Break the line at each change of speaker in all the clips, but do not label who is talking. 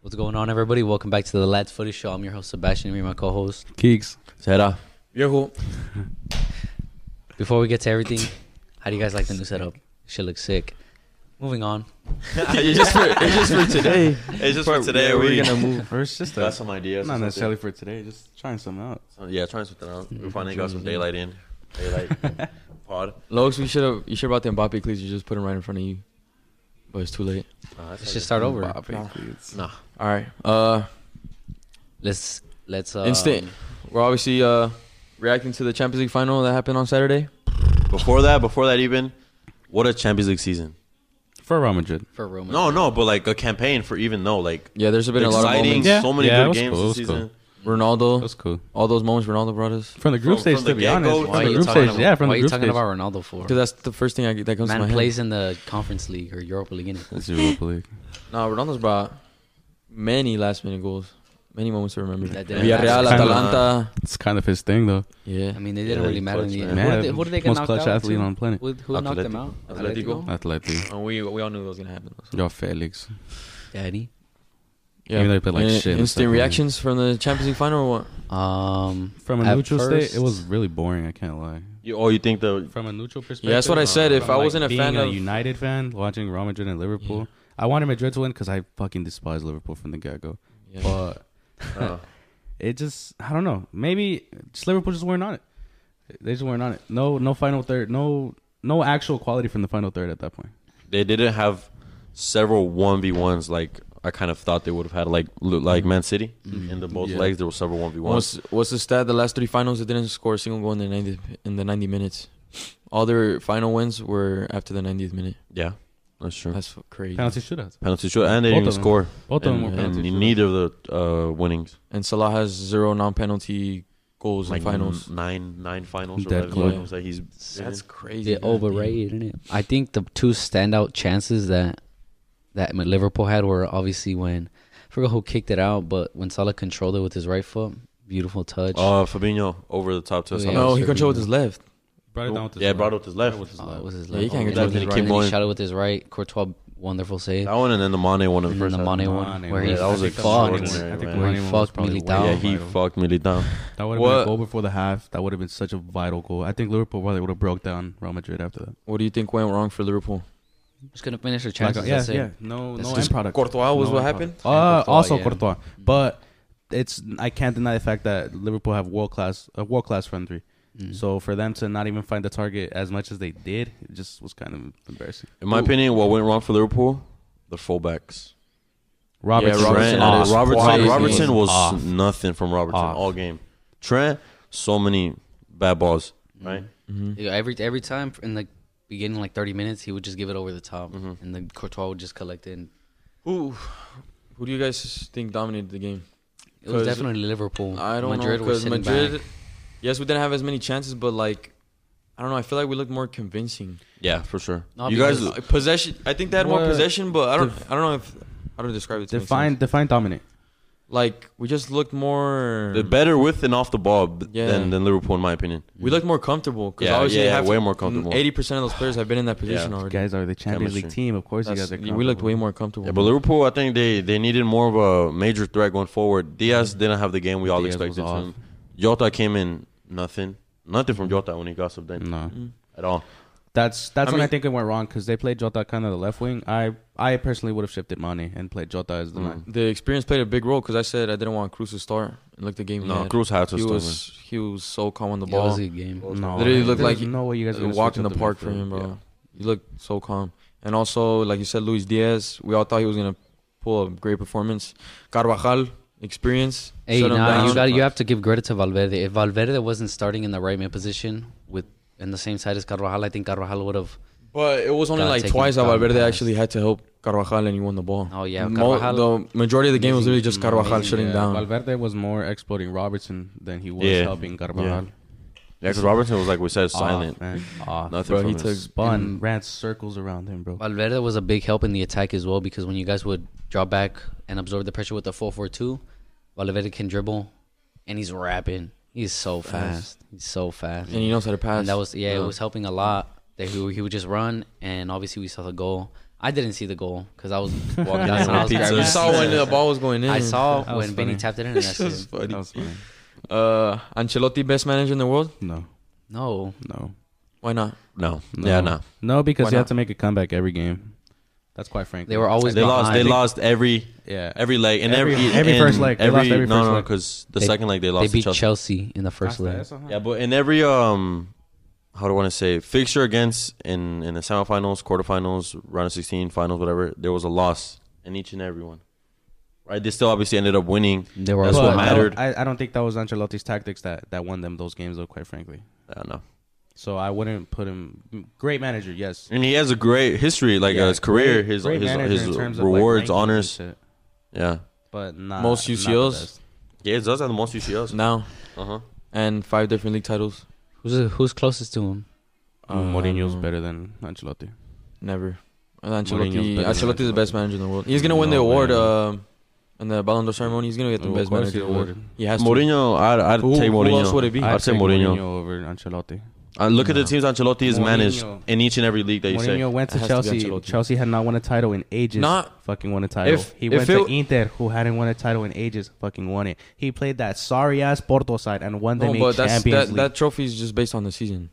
What's going on, everybody? Welcome back to the Lads Footage Show. I'm your host Sebastian, and me and my co-host.
Keeks.
Zera.
Yo.
Before we get to everything, how do you guys like the new setup? Shit looks sick. Moving on.
it's, just for, it's just for today.
It's just for today.
yeah,
we,
we're gonna
move. Or it's just a,
Got some ideas.
not
or
necessarily
something.
for today. Just trying something out.
So, yeah, trying something out. We finally got some daylight in. Daylight pod.
Lokes, we should have. You should have brought the Mbappe cleats. You just put them right in front of you, but it's too late.
Let's
Nah, that's not
just
good.
start over.
Bobby, please.
Nah.
All right. Uh,
Let's let's uh,
instant. We're obviously uh reacting to the Champions League final that happened on Saturday.
Before that, before that even, what a Champions League season.
For Real Madrid.
for Roma.
No, no, but like a campaign for even though like
Yeah, there's been a lot of
exciting,
moments.
Yeah.
so many
Yeah, it
good
was
games
cool,
this
it was cool.
season.
That
Ronaldo,
was cool.
all those moments Ronaldo brought us.
From the group
From-
stage,
from
to
the
be
get-go,
honest.
Why
from
why
are
the
you
group
talking,
stage,
about,
yeah. From
why
the
you
group
talking
stage.
about Ronaldo for?
Dude, that's the first thing I, that comes to
Man
my
plays in the Conference League or Europa League. Innit?
It's Europa League.
head. No, Ronaldo's brought many last minute goals, many moments to remember.
That didn't
Villarreal,
matter.
Atalanta.
It's kind of his thing, though.
Yeah.
I mean, they
Yeah,
didn't
they
really matter in
clutch,
the end.
man.
Yeah,
Who did- Who did they get
most
knocked
clutch
out?
athlete
to?
on planet.
Who, who knocked them out?
Atletico. Atletico.
Atletico.
And Oh, we we all knew that was gonna happen.
Yo, Felix.
Daddy.
Even though they played like
And
shit in the second
Instant
leg.
reactions from the Champions League final. Or what?
Um,
From a
At
neutral
first-
state, it was really boring. I can't lie.
You, oh, you think the
From a neutral perspective, uh,
that's what I said. If
from,
I wasn't a
being
fan
a
of-
United fan, watching Real Madrid and Liverpool, I wanted Madrid to win because I fucking despise Liverpool from the get go.
Yeah.
But
uh,
it just I don't know. Maybe just Liverpool just weren't on it. They just weren't on it. No, no final third. No, no actual quality from the final third at that point.
they didn't have several one v ones like I kind of thought they would have had like lo- like Man City in the both
Yeah.
legs. There were several one v
What's
ones.
what's the stat? The last three finals, they didn't score a single goal in the ninety in the ninety minutes. All their final wins were after the ninetieth minute.
Yeah, that's true.
That's f- crazy.
Penalty shootouts.
penalty shoot, and they
Both
didn't
of them.
score.
Both of them
And,
were
Yeah.
and
penalty shootouts.
neither of the uh, winnings. Mm-hmm.
And Salah has zero non-penalty goals
like
in finals.
mm,
n- nine nine finals or
Dead
whatever
goal.
finals that he's
That's
in.
crazy.
they
God damn.
overrated, innit? I think the two standout chances that that Liverpool had were obviously when I forgot who kicked it out, but when Salah controlled it with his right foot, beautiful touch.
Oh,
uh Fabinho over the top to
Oh,
us.
yeah.
No, he controlled with his left.
Brought it down with his
Yeah,
left.
brought it with his left.
Brought it with his
Uh,
left.
it was his
Yeah,
left.
he can't
and
get
then he-
that. Keep
and then he
going.
shot it with his right. Courtois, wonderful save.
That one and then the Mane one in the
And then
first
the
half.
Mane one,
Mane
where
one.
he
Yeah, that was
fucked
extraordinary,
Mane.
man.
Where he
Mane one was
fucked
probably
Militao.
Yeah,
way
he
vital.
fucked me down.
That would have been
What-
a goal before the half. That would have been such a vital goal. I think Liverpool probably would have broke down Real Madrid after that.
What do you think went wrong for Liverpool?
Just gonna finish her chances.
Like, yeah,
that's it.
yeah. No,
That's
no
just
end product.
Courtois was
No
what
end
happened?
product. Uh,
And Courtois,
also
yeah.
Courtois, but it's I can't deny the fact that Liverpool have world class, a world class front three.
Mm-hmm. Mm.
So for them to not even find the target as much as they did, it just was kind of embarrassing.
In my opinion, what went wrong for Liverpool? The fullbacks.
Robertson,
Robertson
Trent,
had
uh,
his
Robertson,
quality
Robertson
game
was
off.
nothing from Robertson
Off.
all game. Trent, so many bad balls.
Mm-hmm.
Right?
Mm-hmm.
Yeah, Every every time in the beginning, like thirty minutes, he would just give it over the top,
Mm-hmm.
and then Courtois would just collect it. And
Who who do you guys think dominated the game?
it was
'Cause
definitely Liverpool.
I don't
Madrid
know
were
because
sitting
Madrid.
back.
Yes, we didn't have as many chances, but like, I don't know. I feel like we looked more convincing.
Yeah, for sure.
No,
you guys,
because-
Uh, possession. I think they had more
What?
possession, but I don't. I don't know if I don't describe it. To make
define
sense.
define dominant.
Like we just looked more.
they're better with and off the ball b-
Yeah.
than, than Liverpool, in my opinion.
Mm-hmm.
we looked more comfortable because
Yeah,
obviously they
yeah,
have Mm,
way more comfortable.
Eighty percent of those players have been in that position
Yeah.
You
already.
guys are the Champions League
Chemistry.
team, of course.
That's-
you guys are.
we looked way
comfortable.
more comfortable.
Yeah, but Liverpool, I think they, they needed more of a major threat going forward. Diaz didn't have the game we all
Mm-hmm. Diaz was
expected from
off.
him. Jota came in nothing, nothing from Jota when he got subbed in
No,
at all.
that's that's
I
when I
mean-
think it went wrong because they played Jota kind of the left wing. I I personally would have shifted Mane and played Jota as the nine.
the experience played a big role because I said I didn't want Cruz to start and look the game. he
No,
had.
Cruz had to
He
start,
was he was so calm on the
Yeah, it
ball.
was a good game.
No,
Literally looked
there's
like he-
no way you guys are
Walking
gonna
walk
switch
in the
up
park for him, bro.
midfield. Yeah.
He looked so calm. And also, like you said, Luis Diaz, we all thought he was gonna pull a great performance. Carvajal, experience.
Hey,
shut him
nah, you
down.
got you have to give credit to Valverde. If Valverde wasn't starting in the right mid position with in the same side as Carvajal, I think Carvajal would have.
But it was only
Gotta
like
take him
twice that
down
Valverde
fast.
actually had to help Carvajal and he won the ball.
Oh, yeah,
Mo-
Carvajal-
the majority of the game was
Amazing-
literally just Carvajal
amazing,
shutting
Yeah,
down.
Valverde was more exploiting Robertson than he was
Yeah.
helping Carvajal.
Yeah, because Robertson was like we said, silent.
Off, man. Off.
Nothing
Bro,
from
he
him.
took-
Spun, ran circles around him, bro.
Valverde was a big help in the attack as well because when you guys would drop back and absorb the pressure with the 4-4-2, Valverde can dribble and he's rapping. He's so fast. He's so fast.
And he knows how to pass.
And that was yeah,
Yeah.
it was helping a lot. That he, he would just run, and obviously we saw the goal. I didn't see the goal because I was walking
Walking
out.
in
and I
on
was
pizza.
grabbing
You
Yeah.
saw when the ball was going in.
I saw
That was
when Benny
funny.
tapped it in. And that's
This was
it.
That
funny.
was funny.
Uh, Ancelotti, best manager in the world.
No,
No,
no,
Why not?
No.
No.
Yeah, no.
no, because
Why
you
not?
have to make a comeback every game. That's quite frank.
they were always
They lost. They
behind.
lost every
yeah.
every leg and
Every-
every
every
and
first leg. They
Every,
lost every
no,
first
no,
leg.
because the
They-
second leg they
They
lost to
beat
Chelsea.
Chelsea in the first leg.
Yeah, but in every um, how do I want to say it? fixture against in in the semifinals, quarterfinals, round of sixteen, finals, whatever, there was a loss in each and every one. Right? They still obviously ended up winning.
They were
That's
always
what
But
behind.
I
mattered.
don't- I, I don't think that was Ancelotti's tactics that, that won them those games, though. Quite frankly,
I don't know.
so I wouldn't put him. Great manager, yes.
And he has a great history, like
Yeah,
uh, his career,
great-
his
great manager
his,
in
his
terms of, like,
rewards,
rankings and
honors.
shit,
Yeah,
but not
Most
not the
UCLs?
best.
yeah, it does have the most UCLs.
Now
Uh huh.
and five different league titles.
Who's who's closest to him?
Mm, Mourinho's
Um,
better than Ancelotti.
Never. And
Mourinho's
Ancelotti,
better than
Ancelotti is the best
Ancelotti.
manager in the world. He's gonna win the
No
award
way.
um in the Ballon d'Or ceremony. He's gonna get the
Oh,
Of
best
course
manager
he
award.
would.
He has to.
Mourinho, I'd, I'd
Who-
take
who
Mourinho.
else would it be?
I'd, say
take
Mourinho.
over Ancelotti.
I look at the
No.
teams Ancelotti has managed
Mourinho.
in each and every league that you say.
Mourinho went to
It has to be
Chelsea.
Ancelotti.
Chelsea had not won a title in ages.
Not-
fucking won a title.
if-
he
if
went to
it-
Inter, who hadn't won a title in ages. Fucking won it. He played that sorry ass Porto side and won them
No,
a
but that's,
Champions
that,
League.
that trophy is just based on the season.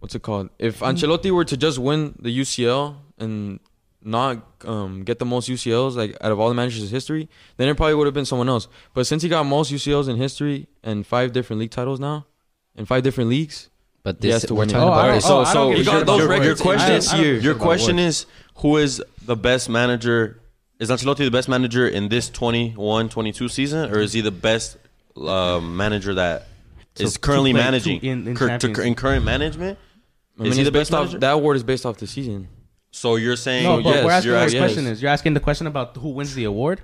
What's it called? If Ancelotti were to just win the UCL and not um, get the most UCLs like out of all the managers in history, then it probably would have been someone else. But since he got most UCLs in history and five different league titles now, and five different leags,
But
He has
this
to
we're
win it.
talking
Oh, I
about
don't-
this.
oh,
so
I
so
don't
give a
your,
shit about
your,
words.
your question
I
is
don't- I don't
give a
your
shit
question
about
is who is the best manager? Is Ancelotti the best manager in this 21-22 season, or is he the best uh, manager that
To-
is
to
currently
play to-
managing
in- in
Cur- to-
Champions.
in current management?
I
Is
mean,
he
it's
the best
based off
manager?
that award is based off the season.
So you're saying
no, but
yes,
we're asking
you're
the
asking-
question
yes.
is you're asking the question about who wins the award.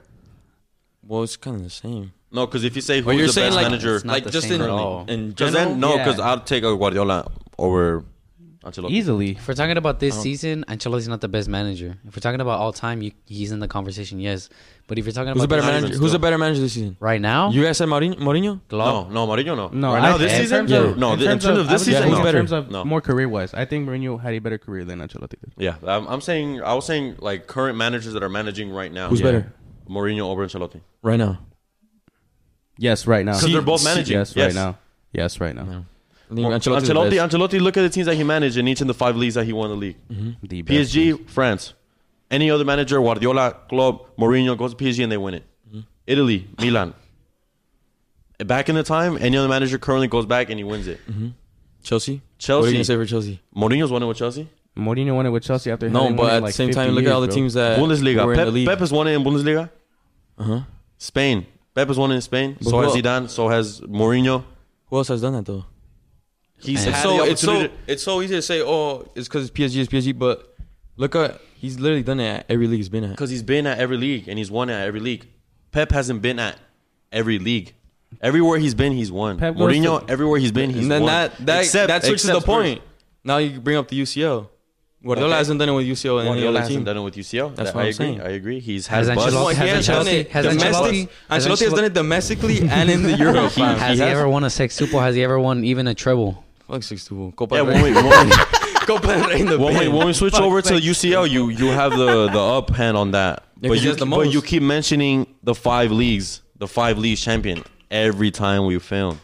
Well, it's kind of the same.
no? Because if you say
Well,
who's
you're
the
saying
best
like-
manager,
It's not
like
the
just
same
in-
at all.
In
because then no,
Yeah.
because I'll take a Guardiola over Ancelotti.
Easily.
If we're talking about this
Oh.
season, Ancelotti's not the best manager. If we're talking about all time, you, he's in the conversation, yes. But if you're talking
who's a
about
better
this
even
manager?
season-
Who's a
still.
better manager this season?
right now,
You guys said Mourinho. Mourinho?
No, no, Mourinho, no.
No,
right
I-
now this
in
season,
terms of-
no,
in
th- in
terms of-
terms of
I
this
would
season,
say
no.
in terms of
No.
more career wise, I think Mourinho had a better career than Ancelotti did.
Yeah, I'm, I'm saying I was saying like current managers that are managing right now.
Who's
yeah.
better
Mourinho over Ancelotti.
right now?
Yes, right now.
'Cause they're both managing.
Yes,
Yes.
right now. Yes, right now.
No. I think
Well,
Ancelotti's the
Ancelotti,
best. Mm-hmm.
Ancelotti, look at the teams that he managed in each of the five leagues that he won the league.
The best.
PSG, France. Any other manager, Guardiola, Klopp, Mourinho goes to PSG and they win it.
Mm-hmm.
Italy, Milan. Back in the time, any other manager currently goes back and he wins it.
Chelsea. What are you
Chelsea.
gonna say for Chelsea?
Mourinho's won it with Chelsea.
Mourinho won it with Chelsea after
No,
having
but
won it
at
like
the same
50
time, look at all the
years, bro.
teams that Uh, were
Bundesliga.
in the
Pep,
league.
Pep has won it in Bundesliga.
Uh-huh.
Spain. Pep has won it in Spain.
But
so has
who-
Zidane. So has Mourinho.
Who else has done that though?
He's
And-
had
so
the
it's so
opportunity-
it's so easy to say, oh, it's because PSG is PSG, but look at he's literally done it at every league he's been at.
Because he's been at every league and he's won at every league. Pep hasn't been at every league. Everywhere he's been, he's won.
Pep goes
Mourinho,
to-
everywhere he's been, he's
and then
won.
that that that switches the
except
point. Now you bring up the UCL. Guardiola
Okay.
hasn't done it with UCL
Spurs.
and any
Guardiola
other team.
hasn't done it with UCL.
That's
That-
what
I
I'm
agree.
saying.
I agree. He's
Has
had buzz.
Ancelotti-
Well, he
Has
has done
Ancelotti-
it
has
domestic-
Ancelotti- has
Ancelotti has done it domestically and in the Euro. fam.
has he
has.
ever won a Sex Super? Has he ever won even a treble?
Fuck six to one. Copa
Yeah,
del
when
Rey.
we, when,
Copa del Rey in the
when, we,
bin.
when we switch over to UCL, you you have the, the up hand on that.
Yeah,
but,
'cause he
you,
has the
but
most.
you keep mentioning the five leagues, the five leagues champion every time we film.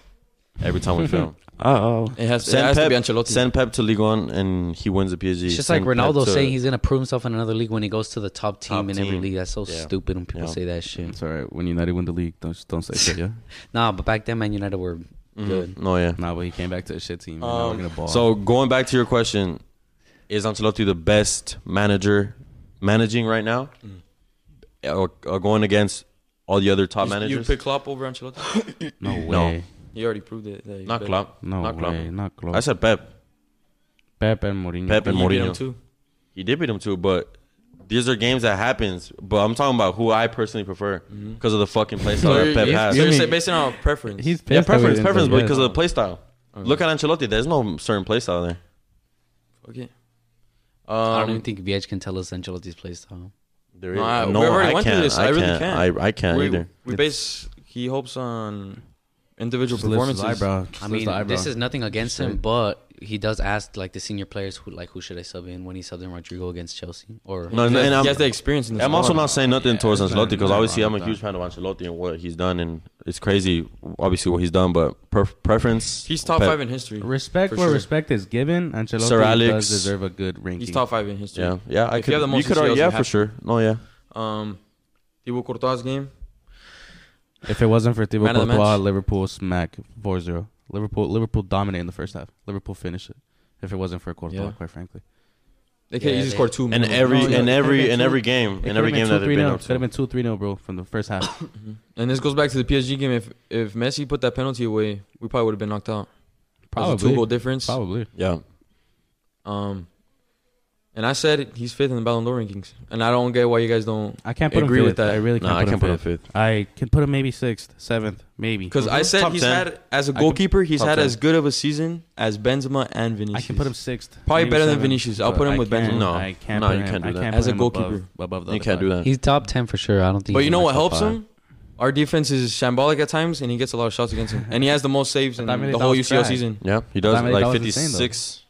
Every time we film.
Oh,
It has, it
Send
has
Pep,
to be Ancelotti.
send Pep to Ligue 1 and he wins the PSG.
It's just like
Send Pep
Ronaldo
to-
saying he's gonna prove himself in another league when he goes to the top team
Top
in every
team.
league. That's so
Yeah.
stupid when people
Yeah.
say that shit.
it's all right. When United win the league, don't don't say shit. Yeah.
Nah, but back then Man United were good.
No, yeah.
nah, but he came back to a shit team. And now
Um,
we're gonna ball.
So going back to your question, is Ancelotti the best manager managing right now, or, or going against all the other top
Mm. you,
managers?
You pick Klopp over Ancelotti?
no way.
You already proved it. that he's
not
better.
Klopp.
No,
not Klopp.
way. Not close.
I said Pep.
Pep and Mourinho.
Pep and
You beat him
Mourinho.
too.
He did beat him too, but these are games that happens. But I'm talking about who I personally prefer because of the fucking play style
So
that
you're,
Pep
Mm-hmm. you
has.
so you're
mean-
saying based on our preference.
He's pissed
yeah,
that we
preference,
didn't
preference,
do that.
because of the play style.
Oh.
Look at Ancelotti. There's no certain play style there.
okay.
I
Um,
don't even think VH can tell us Ancelotti's play style.
There
No, I- we already went through this. I really
can't.
can't.
I, I can't
we,
either.
We base he hopes on individual
Just lifts his
performances.
eyebrow. Just
I
lifts
mean,
the eyebrow.
this is nothing against him,
Straight.
but he does ask like the senior players who like who should I sub in when he subbed in Rodrigo against Chelsea or
No, and
he, has,
I'm-
he has the experience in the
I'm also
squad.
not saying nothing
Yeah,
towards
it's
Ancelotti
not-
because
not
obviously I'm a
like
huge fan of Ancelotti and what he's done, and it's crazy, obviously what he's done. But per- preference,
He's top
Pep.
five in history.
Respect
For
where
sure.
respect is given. Ancelotti
Sir Alex.
does deserve a good ranking.
He's top five in history.
Yeah, yeah. I
If you
could,
have the most
could, argue-
CLs, you
yeah,
have
for
to.
sure. No, yeah.
Um, Thibaut Courtois game.
If it wasn't for Thibaut
Man of the
Courtois,
match.
Liverpool smack 4-0. Liverpool Liverpool dominated in the first half. Liverpool finished it. If it wasn't for Courtois,
Yeah.
quite frankly,
They could
Yeah,
easily
they-
score two.
And
minimum.
every
No, yeah,
and
it could've
every
been
and
two-
every game
It
and
could've
every
been
game that they've
2-3-0.
been
It
up
could have
to.
been two three 0 bro, from the first half.
and this goes back to the PSG game. If if Messi put that penalty away, we probably would have been knocked out. two goal
probably,
difference.
probably.
Yeah,
Um, and I said it, he's fifth in the Ballon d'Or rankings, and I don't get why you guys don't.
I can't put
Agree
him
with
fifth.
that.
I really can't
no,
put,
I can't
him,
put him
fifth.
fifth.
I can put him maybe sixth, seventh, maybe.
Because I said
Top
he's
10.
had as
I
a
can-
goalkeeper, he's
top
had
10.
as good of a season as Benzema and Vinicius.
I can put him sixth.
Probably
maybe
better than
seventh,
Vinicius. I'll
but
put him
I
with
can't-
Benzema.
No.
I can't.
No,
put
you
him-
can't do
I
that.
can't
As
put
a
him above-
goalkeeper.
above the
You
other
can't
five.
do that.
he's top ten for sure. I don't think.
But
he's
you know
in my
what
top
helps
five.
him? Our defense is shambolic at times, and he gets a lot of shots against him, and he has the most saves in
I mean,
the
that
whole
was Mm-hmm.
UCL
crack.
season.
yeah. He does
Damian
like
Dawes is
fifty
insane, though.
six.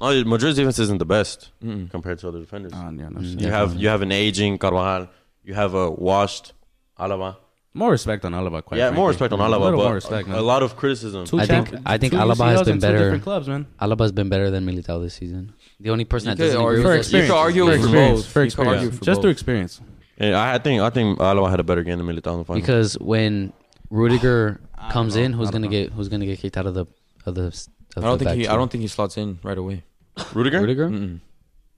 No, Madrid's defense isn't the best
Mm-mm.
compared to other defenders.
Oh, yeah, no
Mm.
shit.
you have you have an aging Carvajal. You have a washed Alaba.
More respect on Alaba. Quite
yeah, more
frankly.
respect on
A
Alaba,
little
but
more respect, man.
a lot of criticism.
Two
I think-
champ-
I think
two
Alaba has
UCLs
been
and two
better.
different clubs, man.
Alaba's been better than Militao this season. The only person
You
that doesn't
could
agree with
argue for
us-
experience. You could argue
For
for
experience,
both.
for
You could argue
experience.
for
Just through
both.
experience.
And I I think I think Alaba had a better game than Militao in the final.
because when Rudiger
I don't
comes
know.
in, who's
I don't
gonna
know.
get who's gonna get kicked out of the of the? Of
I don't
the
think he.
back
I don't Mm. think he slots in right away.
Rudiger.
Rudiger.
Mm-mm.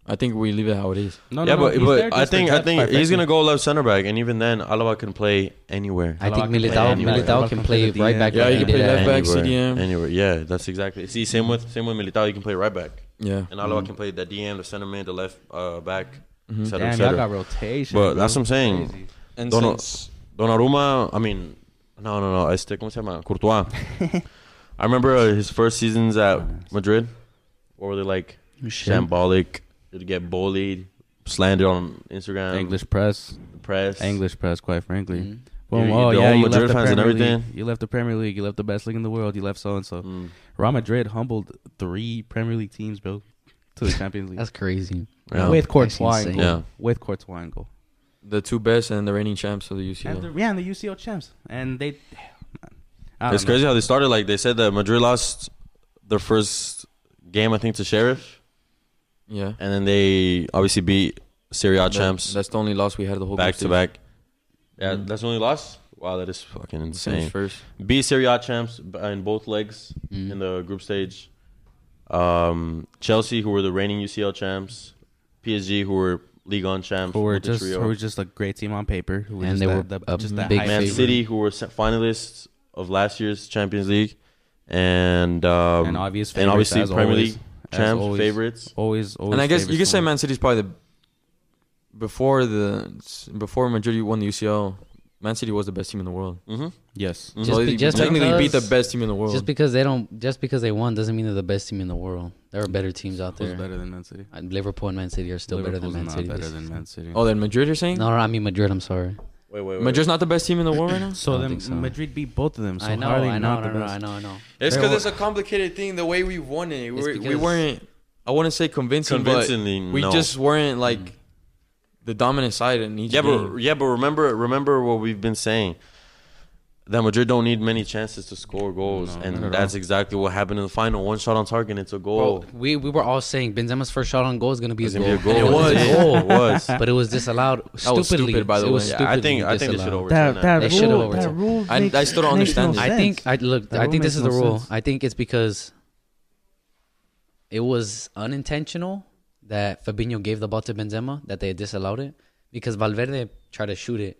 I think we leave it how it is.
No,
yeah, but, but I think I think he's gonna
go.
go left center back, and even then Alaba can play anywhere.
I think
Alaba can play
Militao
anywhere.
Militao can
Alaba can
play
play the
right
DM.
back.
Yeah,
like
he
he
can play
did at-
left back,
anywhere,
CDM.
anywhere. Yeah, that's exactly. See, same with same with Militao, you can play right back,
Yeah.
and Alaba
Mm-hmm.
can play the DM, the center mid, the left uh, back,
Mhm.
etc.
Damn,
etc.
y'all got rotation. bro.
But that's what I'm saying.
Crazy.
And
Don't know.
since-
Donnarumma, I mean, no, no, no. I stick. ¿Cómo se llama? Courtois. I remember uh, his first seasons at Madrid. What were they like? Shambolic. They'd get bullied, slandered on Instagram,
English press,
press,
English press. Quite frankly,
Mhm.
Boom.
You-
oh
the
yeah,
old
you
Madrid
left the
fans
Premier
and
League.
everything.
You left the Premier League. You left the best league in the world. You left so and so.
Mm,
Real Madrid humbled three Premier League teams, bro, to the Champions League
That's crazy.
yeah.
with
That's
Courtois.
insane.
and
Yeah.
goal. With Courtois and goal.
the two best and the reigning champs of the
And
UCL.
the, yeah, and the UCL champs, and they. I don't
It's
know.
crazy how they started. Like they said that Madrid lost their first game, I think, to Sheriff,
Yeah.
and then they obviously beat Serie A
That-
champs
That's the only loss we had the whole
back
group
to
stage.
back. Yeah,
Mm.
that's the only loss. Wow, that is fucking
We finished
insane.
First.
Be Serie A champs b- in both legs
Mm.
in the group stage. Um, Chelsea, who were the reigning UCL champs, PSG, who were League On champs,
Who were
with the
just
trio.
who were just a great team on paper. Who
And
just
they
that-
were
that-
a
just that
big
high
Man
favorite.
City, who were se- finalists of last year's Champions League, and um,
And obvious
and obviously
favorites, as
Premier
always.
League
As
champs
always.
favorites.
Always, always.
And I guess you
favorites
could
to
say
win.
Man City's probably the before the before Madrid won the UCL. Man City was the best team in the world.
Mm-hmm.
Yes.
Mhm.
Just
so
be-
they
just
technically beat the
because-
best team in the world.
Just because they don't, just because they won, doesn't mean they're the best team in the world. There are better teams out
Who's
there.
better than Man City?
And Liverpool and Man City are still better than
Liverpool's
Man
not
City.
Better
this
than
season.
Man City.
oh, then Madrid, you're saying?
No, no, I mean Madrid. I'm sorry.
Wait, wait,
Madrid's not the best team in the world right now.
I
So
don't
then
think so.
Madrid beat both of them. So
I know,
how are they
I know,
not
no,
the
no,
best?
I know, I know.
It's
They
because
were-
it's a complicated thing. The way we won it, we,
It's
we
because-
weren't. I wouldn't say convincing,
Convincingly,
but we
no. Mm-hmm.
just weren't like the dominant side in each
Yeah,
game.
but yeah, but remember, remember what we've been saying. That Madrid don't need many chances to score goals,
No, not
and
at
that's exactly what happened in the final. One shot on target, and it's a goal.
Bro, we we were all saying Benzema's first shot on goal is gonna be a
It's
goal.
gonna be a
And It
goal.
was.
It
a goal.
It was.
But it was disallowed stupidly.
was stupid, by the
It was
way.
Yeah, I
stupidly
think I think they should
disallowed.
overturn that.
They should've overturned.
rule.
I- I still don't
makes
understand
no
it.
I think I look.
That
I
rule
think this
makes
is
no
the rule.
sense.
I think it's because it was unintentional that Fabinho gave the ball to Benzema that they disallowed it because Valverde tried to shoot it.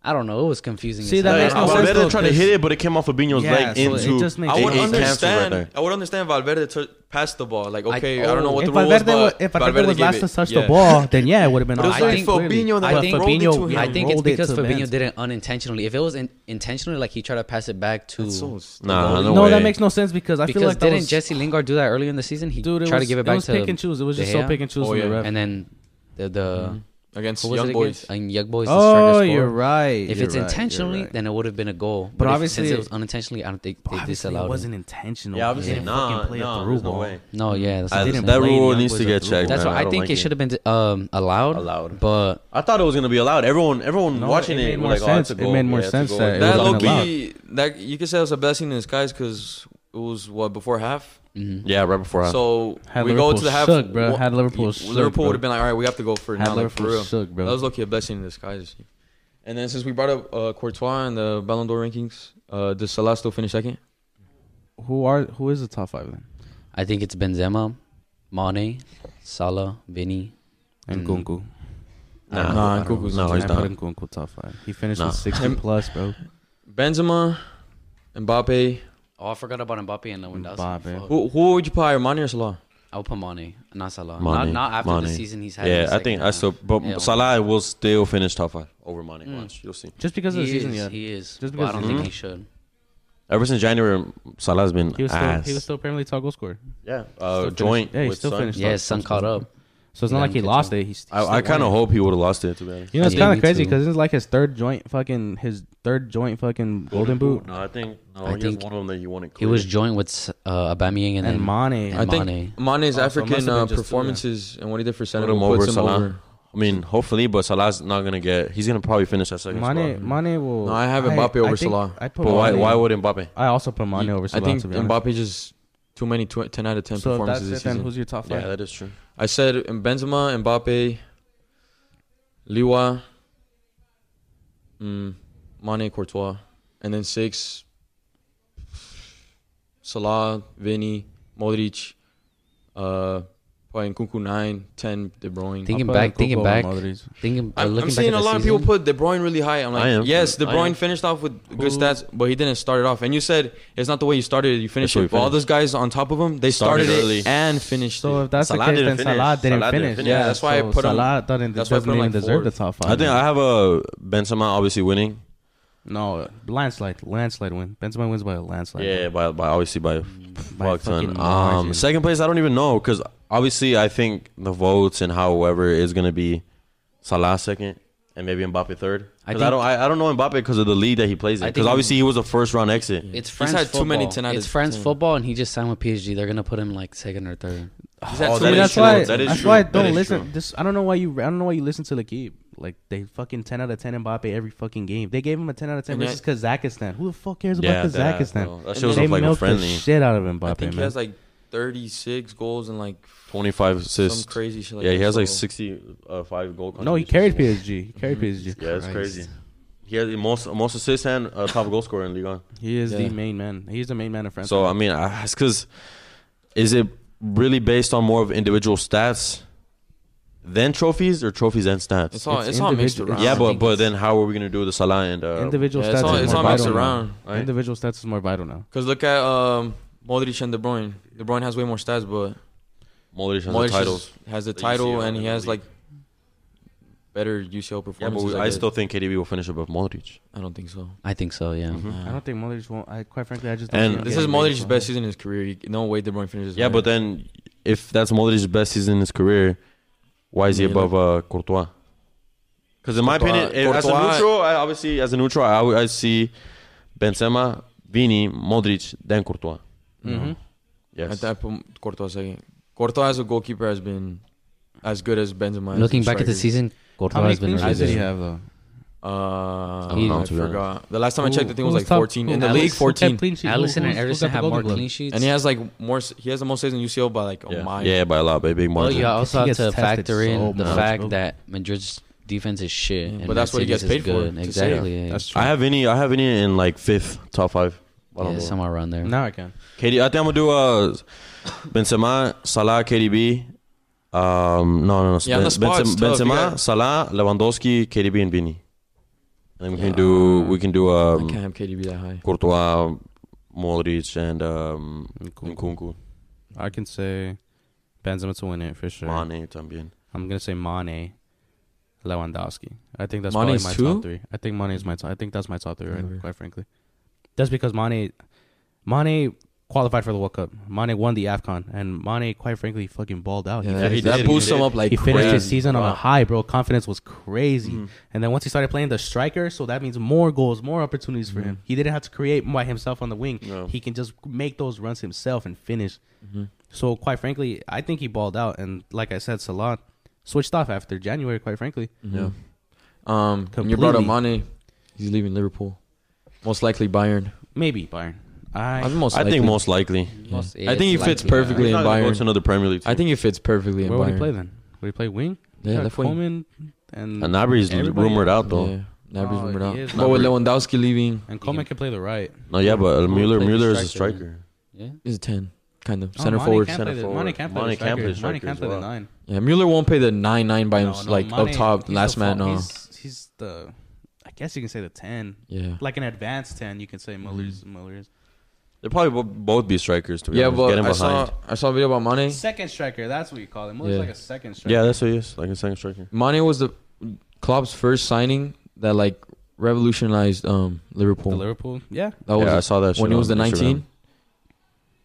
I don't know. It was confusing.
See,
as
that
hell.
makes no
Valverde
sense, though,
tried to
'cause-
hit it, but it came off Fabinho's
Yeah,
leg
so it
into.
just makes
I
They-
would
they canceled
understand.
Right
I would understand Valverde to pass the ball. Like, okay, I,
oh,
don't know what the
If
rule was,
Valverde, was,
but
if Valverde was
gave
last to
it.
touch
Yeah.
the ball, then yeah, it would have been.
It was
offside
like
clearly.
Fabinho that
I
But
think
rolled it to
Fabinho.
him.
I think it's
rolled it
because
to
Fabinho
Benz.
did it unintentionally. If it was in, intentionally, like he tried to pass it back to.
That's so stupid.
Nah, no,
No,
way.
that makes no sense because I
because
feel like that
didn't
was
Jesse Lingard do that earlier in the season? He
dude. It
tried to
was,
give it
it
back
was
to
pick and choose. It was
De
just so
Gea,
pick and choose.
Oh,
from the
yeah.
ref.
and then the the
Mhm. against
Who was
young
it
boys.
against? And young boys. that's trying to
Oh,
score.
you're right.
If
you're
it's
right, you're
intentionally,
right.
then it would have been a goal. But,
But
if-
obviously-
since it was unintentionally, I don't think
But
they
obviously
disallowed
it
it.
wasn't intentional.
Yeah, obviously
They didn't
not.
fucking play
no,
it
there's
through,
no
bro.
way.
No, yeah, that's,
I-
the
didn't
thing.
that
play
rule
Young
needs to
Boys
get
at the
checked.
rule.
that's
man.
why I,
don't
think
like
it should have been um, allowed.
Allowed.
but
I thought it was gonna be allowed. Everyone, everyone
No,
watching
it
it,
made
was
more
like, oh, it's
sense.
a
It
goal.
made more
Yeah, it's a
sense
goal.
that it
Yeah,
that
was
it's a
low
wasn't
goal.
allowed.
key, that you could say it was a blessing in disguise because it was what before half.
mhm.
Yeah, right before half.
So
Had
we
Liverpool
go to the half.
shook, bro.
wa-
Had Liverpool shook, bro.
Liverpool would have been like, all right, we have to go for it
Had
now, like, for
Liverpool
real.
shook, bro.
That was lucky a blessing in disguise. And then since we brought up uh, Courtois and the Ballon d'Or rankings, uh, does Salah still finish second?
Who are who is the top five then?
I think it's Benzema, Mane, Salah, Vinny. Mm.
And Gungu.
Nah,
Nah,
I don't-
Kuku's
no,
not.
he's
I put
not.
in Gungu top five. He finished
Nah.
with sixty plus, bro.
Benzema, Mbappe.
Oh, I forgot about Mbappe and
Mbappe.
Lewandowski. Fuck.
Who, who would you put higher, Mane or Salah?
I'll put Mane, not Salah. Not,
Mane,
not after the
Mane.
season he's had. in
Yeah,
the
I think
second
I
half.
still, but
Yeah,
Salah will still finish top five over Mane.
Mm.
Watch, you'll see.
Just because of the
he
season,
is,
yeah.
he is.
Just
but I
because
don't
he's-
think
Mhm.
he should.
Ever since January, Salah's been
He was still
ass.
he was still Premier League top goal scorer.
yeah, uh,
still
joint.
finished- yeah, he
with
still
Son.
finished.
Yeah, his son caught up.
So it's not
Yeah,
like he
Mkhitaryan.
lost it. He's
I, I kind of hope he would have lost it. To be honest,
You know, it's
Yeah,
kind
me
of crazy
too.
because it's like his third joint, fucking his third joint, fucking golden, boot,
No, I think no,
I
he has
think
one of them that you want to.
He was joint with uh, Aubameyang and,
and
then
Mane.
and
I think
Mane.
Mane's
Oh, so it must have
African
been
uh,
just two, yeah.
performances and what he did for
Put
Senegal
him over
puts him
Salah.
over.
I mean, hopefully, but Salah's not gonna get. He's gonna probably finish that second
Mane,
spot.
Mane will.
No, I have Mbappe over
think
Salah.
I put
But why?
Mane-
Why would Mbappe?
I also put Mane over Salah?
I think
to be honest.
Mbappe just too many tw- 10 out of 10
So if that's
performances
it,
this
then
season.
who's your top
Yeah,
five?
that is true.
I said Benzema, Mbappe, Liwa, mm, Mane, Courtois, and then six, Salah, Vinny, Modric, uh, probably Nkunku nine, ten, De Bruyne.
Thinking
I'll put
back-
Koko
thinking
and
back.
Modric.
Thinking, uh,
I'm,
looking
I'm
back
seeing
at
a
the
lot of
season-
people put De Bruyne really high. I'm like,
I am.
yes, De
I
Bruyne
am.
finished off with good
Who-
stats, but he didn't start it off. And you said it's not the way you started; you finished
That's how
it.
you
But all
finish.
those guys on top of him, they
Started
started,
early.
it and finished
So
it.
if that's
Salah
the case,
didn't
then Salah
finish.
didn't
Salah didn't
finish.
finish.
Yeah, that's why I
so
put him-
Salah doesn't,
that's why I
doesn't
put him
even
like
deserve
fourth.
the top five.
I think I have a Benzema obviously winning.
no landslide, landslide win. Benzema wins by a landslide.
Yeah, by, by obviously by
By
fuck ton.
fucking margin.
Um, second place, I don't even know because obviously I think the votes and however is gonna be Salah second and maybe Mbappe third.
I
I,
think-
I don't I, I don't know Mbappe because of the league that he plays
I
in. Because
think-
obviously he was a first round exit.
It's
He's
France
had
football.
too many 10 out
it's
of
France
10.
football, and he just signed with PSG. They're gonna put him like second or third.
He's had
Oh, that
too
See,
many
that's
true.
why.
shots.
That is
that's
true.
why I don't
That is
listen.
true.
This I don't know why you. I don't know why you listen to Lakib. Like they fucking ten out of ten Mbappe every fucking game. They gave him a ten out of ten
And
versus Kazakhstan. Who the fuck cares
Yeah,
about
that-
Kazakhstan?
bro, that
And
shit was
they
like a
milked
friendly.
the shit out of
I
Mbappe,
think he
man.
has like 36 goals and like
25 assists.
some crazy shit. Like
yeah,
that.
he has like
So-
65 goal.
no, he
contributions.
carried PSG. He
Mm-hmm.
carried PSG.
Yeah, it's
Christ.
crazy. He has the most most assists and uh, top goal scorer in Liga.
He is
Yeah.
the main man. He's the main man of France.
So I mean, I, it's because is it really based on more of individual stats than trophies or trophies and stats?
It's all
It's
it's, all mixed
individual-
around.
yeah,
I
but
think
but then how are we gonna do the Salah and uh,
individual
Yeah,
stats
it's all,
is
it's
more
all mixed
vital now.
around.
right?
Individual stats is more vital now.
Cause look at um, Modric and De Bruyne. De Bruyne has way more stats, but
Modric has
Modric
the titles?
has- has the
The
title
UCL
and he
and the
has
league.
like better UCL
Yeah,
performances.
but we,
I
I
guess.
still think KDB will finish above Modric.
I don't think so.
I think so. Yeah.
Mm-hmm.
Mhm.
I don't think Modric won't. I quite frankly, I just don't
And-
see him
This
getting
is
big
Modric's
as well.
best season in his career. You- No way De Bruyne finishes.
Yeah,
higher.
but then if that's Modric's best season in his career, why is he
Yeah,
above uh, Courtois? Because in my
Courtois-
opinion, if- as a
Courtois-
neutral, I, obviously as a neutral, I, would- I see Benzema, Vini, Modric, then Courtois.
Mm-hmm.
Mhm.
I
Yes.
think I put Courtois second. Courtois as a goalkeeper has been as good as Benzema. as
Looking
a
back at the
striker.
season,
How
Courtois
many
has been
clean sheets
really
did he
amazing.
have though?
uh,
don't know,
I
to be honest.
forgot. The last time I
Who-
checked, I think it
who
was like
top-
14
who-
in the
who
league.
kept
14,
clean sheets? Who-
Allison
who-
and
who
Ederson
got the
have
Golden
more
Glove?
clean sheets.
and he has like more. s- He has the most saves in UCL by like a
yeah.
mile.
yeah, by a lot, by a big
Well,
margin.
Oh, you also
He
have
gets
to
tested
factor in
so
the
much,
fact
bro.
that Madrid's defense is shit,
Yeah,
and
but that's
Man
what he
City's
gets paid
is
for,
good.
to say.
Exactly. Yeah,
That's true.
I have any. I have any in like fifth, top five. Ballon
yeah
d'Or.
somewhere around there.
Now I can.
KD, I think I'm gonna do uh, Benzema, Salah, KDB. Um, no, no, no.
Yeah, on the spot, it's tough. You
Benzema,
got-
Salah, Lewandowski, KDB, and Vini. And then we
Yeah.
can do we can do
I
um,
can't have KDB that high.
Courtois, Modric, and um, Nkunku,
I can say Benzema to win it for sure.
Mane también.
I'm gonna say Mane, Lewandowski. I think that's probably
Mane's
my
two?
top three. I think Mane is my top. I think that's my top three, right?
Never.
Quite frankly, that's because Mane, Mane qualified for the World Cup. Mane won the AFCON, and Mane, quite frankly, fucking balled out.
Yeah,
Oh, he
that,
finished,
did.
that
He
boosts
did.
him up like
he finished his
crazy.
season on
Wow. Mm-hmm.
a high, bro. Confidence was crazy. And then once he started playing the striker, so that means more goals, more opportunities for
Mm-hmm.
him. He didn't have to create by himself on the wing.
No.
He can just make those runs himself and finish.
Mm-hmm.
So, quite frankly, I think he balled out. And like I said, Salon switched off after January, quite frankly.
Yeah. Mm-hmm. Um, and you brought up Mane. He's leaving Liverpool. Most likely Bayern.
Maybe, Bayern. I,
I think most
I
likely.
think most likely.
Most-
I think he
it's
fits
likely, yeah.
perfectly
He's
in
not gonna go
Bayern.
to another Premier League.
I think he fits perfectly in
Where would
Bayern.
he play then? Would he play wing?
Yeah,
Got
left wing.
Coleman and
and Nabri's
everybody
rumored out though.
Yeah, Gnabry's
Oh,
rumored
he
out.
is
But with
Gnabry.
Lewandowski leaving,
and Coleman can play the right.
No, yeah, but uh, Mueller
play the
Mueller is a
striker,
striker.
Yeah.
he's a ten, kind of
Oh,
center
Mane
forward.
can't
center
play the-
forward.
Mane can't play
Mane
the
can't play
striker.
the
Mane can't
striker as
play the
well.
nine.
Yeah, Mueller won't play the nine nine by
No,
himself,
no,
like up
Mane-
top,
he's
last
the
man.
fo-
No,
he's, he's the. I guess you can say the ten,
yeah,
like an advanced ten. You can say Muller's Muller's
They probably bo- both be strikers to be
yeah.
honest.
But
Get him
I
behind.
saw I saw a video about Mane.
second striker. That's what you call it. Muller's
Yeah.
like a second striker.
Yeah, that's what he is. Like a second striker.
Mane was the Klopp's first signing that like revolutionized um Liverpool.
the Liverpool. Yeah,
that was
yeah, I saw that shit
when he was the
on Instagram.
nineteen.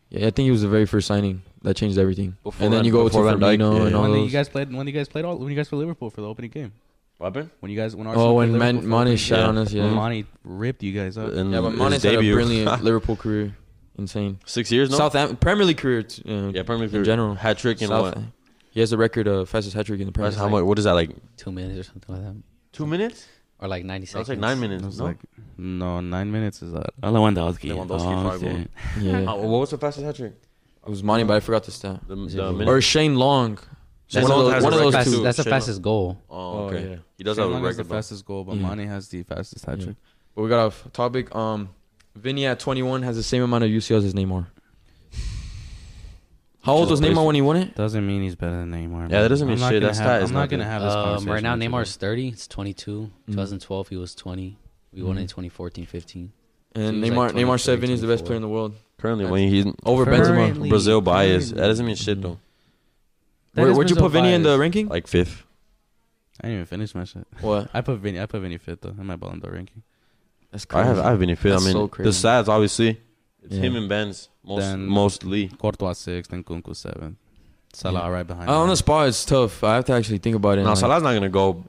Yeah, I think he was the very first signing that changed everything.
Before
and then
Van-
you go to
before Van Dijk,
Firmino
yeah.
and all
when
those.
you guys played. When you guys played all. When you guys played Liverpool for the opening game.
Weapon?
When you guys when Arsenal
oh,
played
when Man,
Liverpool for the
Mane
opening
shot
game,
yeah.
on us, yeah.
Mane ripped you guys up.
And
Yeah, but Mane's
Uh, his
had a
debut.
brilliant Liverpool career. Insane.
Six years no?
Southampton Premier League career. t- uh,
Yeah, Premier League
in general.
Hat trick and
South-
what?
He has the record of fastest hat trick in the Premier
That's
League.
how much? What is that like?
Two minutes or something like that.
Two minutes?
Or like 90
That's
seconds.
like nine
I
minutes.
was
No?
like, no, nine minutes is that.
Lewandowski.
Lewandowski,
Oh,
five goals.
shit.
Oh,
Yeah,
what was the fastest hat trick?
it was Mane, but I forgot the stat.
The,
Is it
the
Liverpool?
minute?
Or Shane Long.
Shane
one of
Long
those,
has
one
a
of those
record.
Fastest-
Fast-
two.
that's the
Shane
fastest goal.
Oh,
Oh,
okay.
yeah.
He does have a
the
record. though.
fastest goal, but
Yeah.
Mane has the fastest hat
Yeah.
trick.
But we got off topic. Um, Vinny at 21 has the same amount of UCLs as Neymar. How old was Neymar when he won it?
Doesn't mean he's better than Neymar.
Yeah, that doesn't
man.
mean
I'm not
shit.
gonna
That
have-
stat
I'm
is
not
not
gonna
good.
have this
Um,
conversation.
right now,
with you. Mm-hmm.
Neymar's 30. It's 22.
Mhm.
2012, he was 20. We won in
Mhm.
2014, 15.
And
He was
Neymar,
like
Neymar said
23,
Vinny's the best
24.
player in the world.
Currently, when he's
Over Benzema.
Currently-
Brazil bias. That
currently.
doesn't mean shit though.
Mm-hmm. That
Where,
is
would you
Brazil
put Vinny in the
bias.
ranking?
Like fifth.
I didn't even finish my shit.
What?
I put Vinny. I put Vinny fifth though. in my Ballon d'Or ranking.
That's crazy.
I have I've been in fifth.
That's
I mean,
so
the
crazy.
stats obviously. It's
Yeah.
him and Benz most
Then-
mostly.
Courtois sixth, then Kunku seventh. Salah
Yeah.
right behind.
Uh, on
him.
the spot, it's tough. I have to actually think about it. and,
Now
like,
Salah's not gonna go.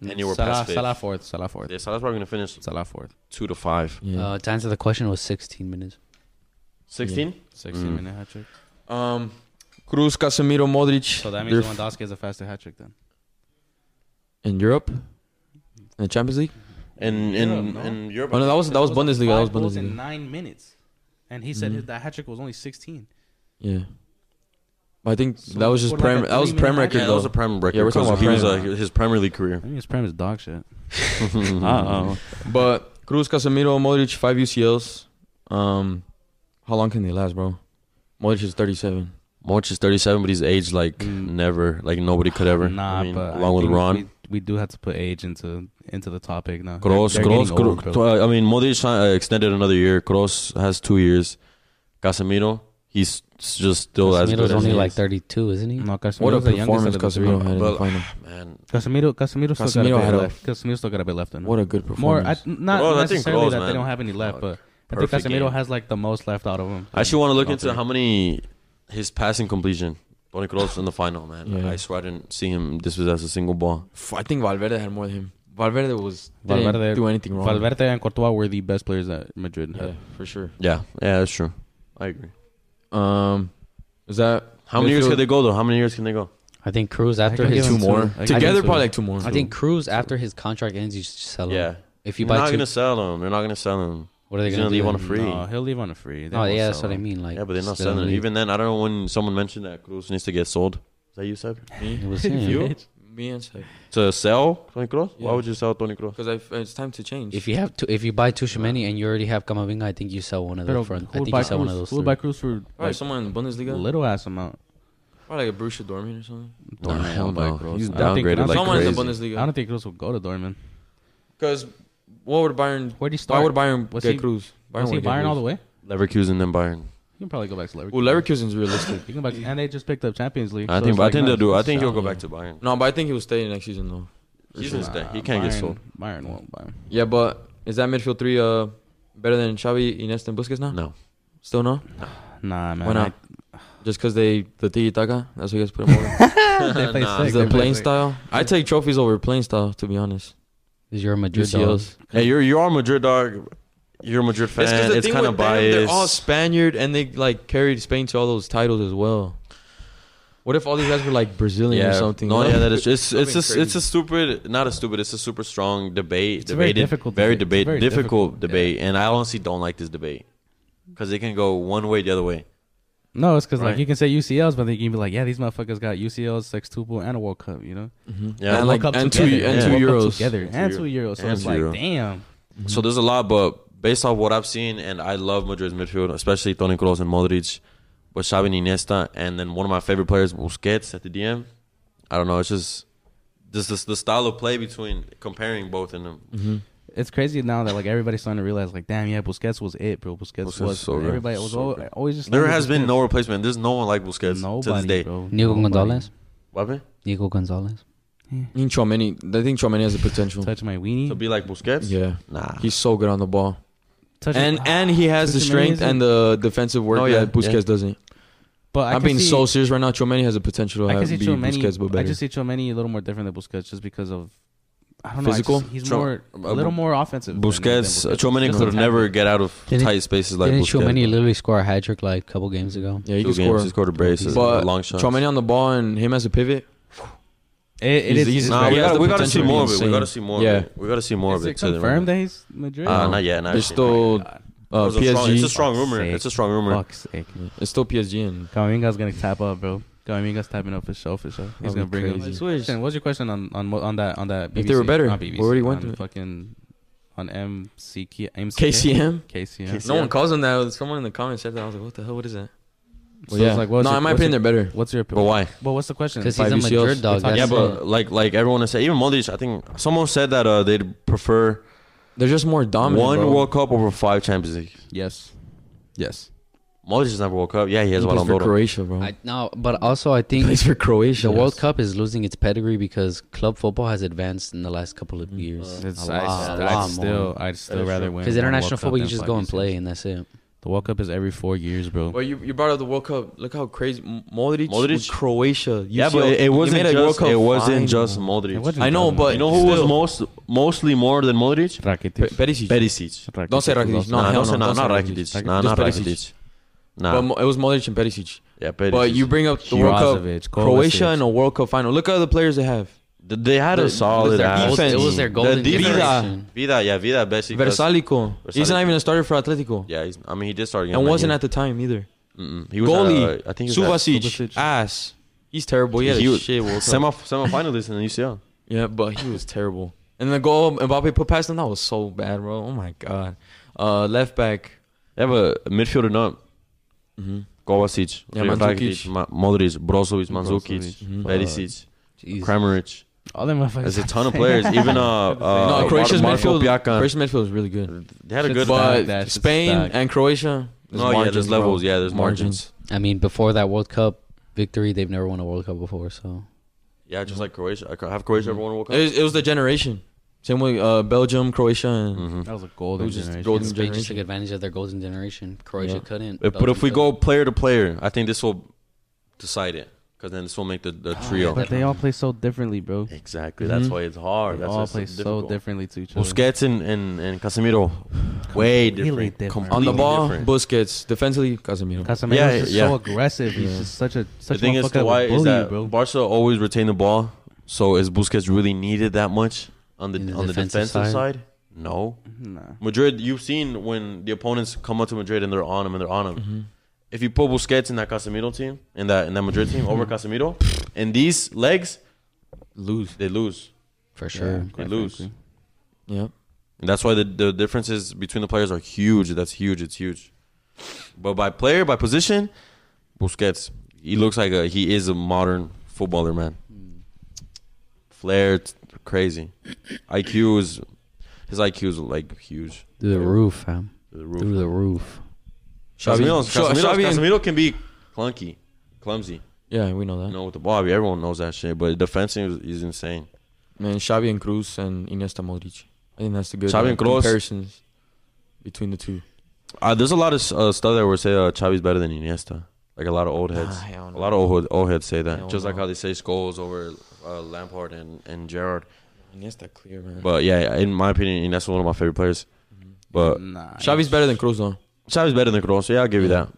Mm,
anywhere
Salah,
past fifth.
Salah fourth. Salah fourth.
Yeah, Salah's probably gonna finish
Salah fourth.
two to five.
yeah.
Uh, to answer the question, it was 16 minutes.
Sixteen.
Sixteen
Mm.
minute hat trick.
um, Cruz, Casemiro, Modric.
So that
they're
means
f-
Lewandowski has a faster hat trick then.
in Europe, in the Champions League.
And
Europe,
in
no?
in Europe,
Oh no, that was that was
It was
Bundesliga. That was
five goals in
Bundesliga.
nine minutes, and he said
Mhm.
his that hat trick was only sixteen.
Yeah, But I think
So
that was just
what, like
prem.
a
that was
three-minute
prem
match?
record
yeah, that
though.
was a prime record.
Yeah, we're talking
because he
about
was uh,
prime.
his Premier League career.
I think his prem is dog shit.
Mm-hmm.
Uh-oh.
but Cruz, Casemiro, Modric, five UCLs. Um, how long can they last, bro? Modric is thirty-seven.
March is thirty-seven, but he's aged like
Mm.
never, like nobody could ever.
Nah,
I mean,
but I
along with
think
Ron.
we, we do have to put age into into the topic now.
Kroos,
They're
Kroos,
getting old,
Kroos.
bro.
uh, I mean, Modric uh, extended another year. Kroos has two years. Casemiro, he's s- just still as good
Casemiro's
as
only
he
like
is.
32, isn't he?
No, Casemiro's
What a
the youngest out
performance
of the three.
Casemiro had in the
But-
final.
Man,
Casemiro, Casemiro still
Casemiro
got a
had
bit
a-
left. Casemiro still got a bit left in him.
What a good
More, I,
performance.
not
Well, I think
necessarily
Kroos,
that they
man. Oh,
don't have any left, but I think
perfect
Casemiro
game.
has like the most left out of them.
I actually want to look into
Three.
how many his passing completion. Toni Kroos in the final, man.
Yeah.
I swear I didn't see him dispossess a single ball.
F- I think Valverde had more than him. Valverde was didn't
Valverde-
do anything wrong.
Valverde and Courtois were the best players that Madrid
yeah,
had.
for sure.
Yeah, yeah, that's true. I agree.
Um, is that
How many years
Midfield-
can they go though? How many years can they go?
I think Cruz, after
can give
his.
two
him
more
I think
together?
so.
Probably like two more.
I think Cruz, after his contract ends, you should sell him.
Yeah,
If you
they're
buy
not
two,
gonna sell him. They're not gonna sell him.
what are they
he's
going to
gonna
do?
leave on a free.
No, he'll leave on a free. They
oh,
won't
yeah, that's
sell
what I
him.
mean. Like,
yeah, but they're not
still
selling him.
leave.
Even then, I don't know when someone mentioned that Kroos needs to get sold. Is that you, Seb?
It
me,
was him.
You?
me and Sai.
To sell Toni Kroos? Why
Yeah.
would you sell Toni Kroos?
because it's time to change.
If you have two, if you buy two Shemini and you already have Kamavinga, I think you sell one of
Pero
those. Front. I
who would
think you
buy
sell one of those.
Cruz? Who would
three.
buy Cruz for
probably
like
someone in the Bundesliga,
little ass amount?
probably like a Borussia Dortmund or something.
No,
Dortmund
hell
would buy
no.
Kroos.
He's
I don't think-
downgraded
I don't
like
think-
someone in the
crazy.
I
Bundesliga.
don't think Cruz will go to Dortmund.
Because what would Bayern?
Where do you start?
Why would Bayern
Was
get
he-
Cruz? Bayern
Was he
would get
Bayern all the
Kroos.
way?
Leverkusen then Bayern.
You can probably go back to Leverkusen.
Well, Leverkusen's realistic.
You can go back, and they just picked up Champions League.
I
so
think
it's
I
like,
think
nah,
they'll do. I
just
think he'll
sell.
go back to Bayern.
no, but I think he will stay next season though.
He's gonna stay. He
Nah,
can't get
Bayern-
sold.
Bayern won't buy him.
Yeah, but is that midfield three uh better than Xavi, Iniesta, and Busquets now?
No.
Still no.
Nah, man.
Why not? Just because they the tiki-taka, that's what you guys put them over.
I- they play
Nah.
sick,
Is the
they play
plain
sick.
style? I take trophies over plain style, to be honest.
Is your Madrid dog.
UCLs.
Hey, you're you are a Madrid dog. You're a Madrid fan. It's, kind of biased.
They're all Spaniard, and they like carried Spain to all those titles as well. What if all these guys were like Brazilian or something?
No,
you know?
yeah, that is. It's
That'd
it's
be
a,
crazy.
it's a stupid, not a stupid. It's a super strong debate.
It's a very
debated-
difficult
very
debate. It's a
debate,
very
difficult,
difficult,
debate. And I honestly don't like this debate because it can go one way, the other way.
No, it's because
Right.
like you can say UCLs, but then you can be like, yeah, these motherfuckers got UCLs, sextuple, and a World Cup. You know,
Yeah,
And, like,
World Cup
and
together,
two and
yeah.
two
World Cup
euros.
together, and two euros. So
And
it's
two
like,
Euro.
damn.
So there's a lot, but based off what I've seen, and I love Madrid's midfield, especially Toni Kroos and Modric, but Xavi and Iniesta, and then one of my favorite players, Busquets at the DM. I don't know. It's just this this the style of play between comparing both in them.
Mm-hmm.
It's crazy now that like everybody's starting to realize, like, damn, yeah, Busquets was it, bro. Busquets,
Busquets
was
is so good.
everybody was
So
al-
good.
always just
There
loving
has been
Busquets.
no replacement. There's no one like Busquets to this
nobody,
day.
bro.
Nico
Nobody.
Gonzalez.
What happened?
Nico Gonzalez.
I think Chouameni- I think Chomeni has the potential.
Touch my weenie.
To be like Busquets?
Yeah,
Nah.
he's so good on the ball,
Touch
and and he has the
Chouameni
strength
isn't-
and the defensive work
Oh, yeah,
that Busquets
yeah.
doesn't.
but I
I'm
can
being
see-
so serious right now. Chomeni has the potential to
I can
have,
see
be
Chomeni.
Busquets, but
I
better.
just see Chomeni a little more different than Busquets just because of I don't know. I
Physical?
just- he's
Tro-
more a
uh,
little more offensive. than- than
Busquets, Chomeni
Just
could
on
uh, never get out of
Didn't-
tight spaces like
Didn't
Busquets.
Chouameni literally score a hat trick like a couple games ago?
yeah, he
Two
can score.
games, he scored a brace, a
But
long shot.
Chomeni on the ball and him as a pivot.
It, it
He's-
is.
he's
it's
not-
Nah,
very-
we
He has
gotta,
the
we gotta see
potential to be
more of it. We
insane.
gotta see more
Yeah.
of it. We gotta see more
is
of it.
it
to them.
confirmed that he's Madrid?
Uh, not yet. Not
There's still
It
uh,
was a strong- it's a
PSG.
strong rumor.
Fuck's sake.
It's a strong rumor.
Fuck's sake.
It's still PSG and
Kamavinga's gonna tap up, bro. Kamavinga's tapping up for sure, for sure. He's
That'd
gonna
be
bring
crazy.
him. Question, what's your question on on mo- on that on that? BBC,
If they were better,
not BBC,
we already went
on
through it.
fucking on MCK MCK
KCM.
KCM.
No one calls them that. Someone in the comments said that. I was like, what the hell? What is that?
So it's like, what's
no,
your-
in my
what's
opinion,
your-
they're better.
What's your
But
opinion?
why?
Well, what's the question?
Because he's a
Five UCLs.
Madrid dog.
It's not-
that's
yeah,
That's
but
it.
like like everyone has said, even Modric. I think someone said that uh, they'd prefer
They're just more dominant.
one
bro.
World Cup over five Champions League.
Yes. Yes.
Modric has never World Cup. Yeah, he
He
has one
plays
on
for
Doro.
Croatia, bro.
I, no, but also I think
plays for Croatia.
the World Cup is losing its pedigree because club football has advanced in the last couple of years.
It's,
A
I,
lot, a
I
lot
still,
more.
I'd
That
still
is
rather
true.
win.
Because
one
international
World Cup
football, you
than
just
five
go and
UCLs.
play, and that's it.
The World Cup is every four years, bro.
Well, you, you brought up the World Cup. Look how crazy M- Modric,
Modric?
with Croatia.
Yeah,
UCL.
but it, it
You
wasn't
made a World
just
Cup
it wasn't
final.
just
It
Modric.
wasn't
I know,
down,
but
You know who was
still.
most mostly more than Modric?
Pe-
Rakitic.
Perisic.
Perisic.
Rakitic
Don't say
was
Rakitic.
also-
No,
nah,
hell
don't say-
no,
nah,
don't
not
say Rakitic.
Rakitic. Nah,
Just
not
Perisic.
Rakitic.
But
Nah,
Mo- it was Modric and Perisic.
yeah, Perisic.
But you bring up the World Cup,
Brozovic,
Croatia
Kovacic.
in a World Cup final. Look at the players they have.
Th- They had a
The-
solid
their
ass
defense-
It was
team.
their golden
The defense-
generation.
Vida, yeah, Vida, basically.
Versalico. He's
Versalico.
not even a starter for Atletico.
Yeah, he's, I mean, he did start again.
and wasn't at the time either.
Mm-mm. He was
Goalie,
At, uh, I think he was at,
Subasic, ass. He's terrible. He had
He
a
was-
shit World Cup.
semi semifinalist in the UCL.
Yeah, but he was terrible. And the goal Mbappe put past him, that was so bad, bro. Oh my god. Uh, left back.
Yeah, but midfielder not.
Mm-hmm.
Kovacic,
Yeah,
Rakitic,
Mandzukic.
Ma- Modric, Brozovic, Mm-hmm. Mandzukic,
Mhm.
Perisic,
Jeez.
Kramaric.
All them motherfuckers.
There's a ton of players. Even uh, uh
no, Croatia's
Marko
midfield.
Bjakan.
Croatia's midfield is really good. Oh,
They had a
Shit's bad.
good.
But
stacked, that shit's
Spain
stacked.
and Croatia.
No, yeah, there's
bro.
levels. Yeah, there's margins.
I mean, before that World Cup victory, they've never won a World Cup before. So
Yeah, just like Croatia. I Have Croatia ever won a World
It
Cup?
was, it was the generation. Same way uh, Belgium, Croatia, and
Mhm.
That was a golden
It was just
generation.
golden-
Spain just
generation.
took advantage of their golden generation. Croatia
Yeah.
couldn't.
But, but if
Belgium
we
could.
go player to player, I think this will decide it because then this will make the, the trio.
Ah, But they all play so differently, bro.
exactly. That's
Mhm.
why it's hard.
They
That's why
all
it's so
play so
difficult.
differently to each other.
Busquets and, and, and Casemiro, way
Completely
different.
different.
on the
Mm-hmm. Completely
ball,
different.
Busquets. Defensively, Casemiro.
Casemiro
Yeah,
is just
yeah.
so aggressive. He's
Yeah.
just such a
the
such a
thing is,
motherfucker
to why
that will
is
bully you,
that
bro.
Barca always retain the ball. So is Busquets really needed that much on the,
In the
on the
defensive
defensive side?
side?
No.
Nah.
Madrid, you've seen when the opponents come up to Madrid and they're on them and they're on them. If you put Busquets in that Casemiro team, in that in that Madrid team over Casemiro, and these legs,
Lose.
they lose.
for sure,
They lose.
Yeah.
And that's why the, the differences between the players are huge. That's huge. It's huge. But by player, by position, Busquets, he looks like a he is a modern footballer, man. Flair, t- crazy. IQ is his IQ is like huge.
through the roof, fam.
The
Through
roof.
the roof.
Casemiro,
Xavi-
Casemiro,
Xavi and-
Casemiro can be clunky, clumsy.
Yeah, we know that.
You know, with the ball, everyone knows that shit. But defensive is, is insane.
Man, Xavi and Cruz and Iniesta Modric. I think that's the good
Xavi
like,
and Kroos.
comparisons between the two.
Uh, there's a lot of uh, stuff that would say uh, Xavi's better than Iniesta. Like a lot of old heads.
I don't
A lot of old, old heads say
Hell
that. Just like
no.
how they say Scholes over uh, Lampard and, and Gerrard.
Iniesta clear, man.
But yeah, in my opinion, Iniesta one of my favorite players. But
nah,
Mm-hmm. Xavi's better than Cruz though.
Xavi's better than Kroos. Yeah, I'll give you that.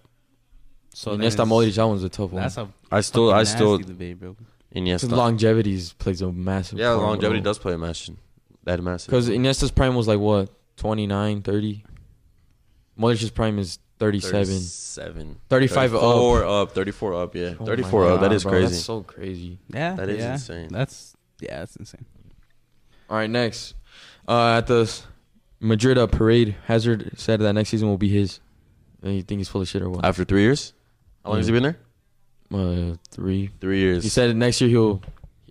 So then
Iniesta,
it's-
Modric, that one's a tough one.
That's a
I still, I
fucking
still
nasty debate, bro.
Iniesta.
Because longevity's plays a massive.
yeah, longevity does play a match. That massive.
Because Iniesta's prime was like what 29, 30. Modric's prime is 37,
37.
35 up.
34 up. 34 up, yeah.
Oh my
34 up. That
God,
is
bro,
crazy.
That's so crazy.
Yeah,
That is
yeah.
insane.
That's yeah, that's insane.
All right, next. Uh, at the s- Madrid uh, parade, Hazard said that next season will be his. And you think he's full of shit or what?
After three years? How long has he been there?
Uh, three.
Three years.
He said next year he'll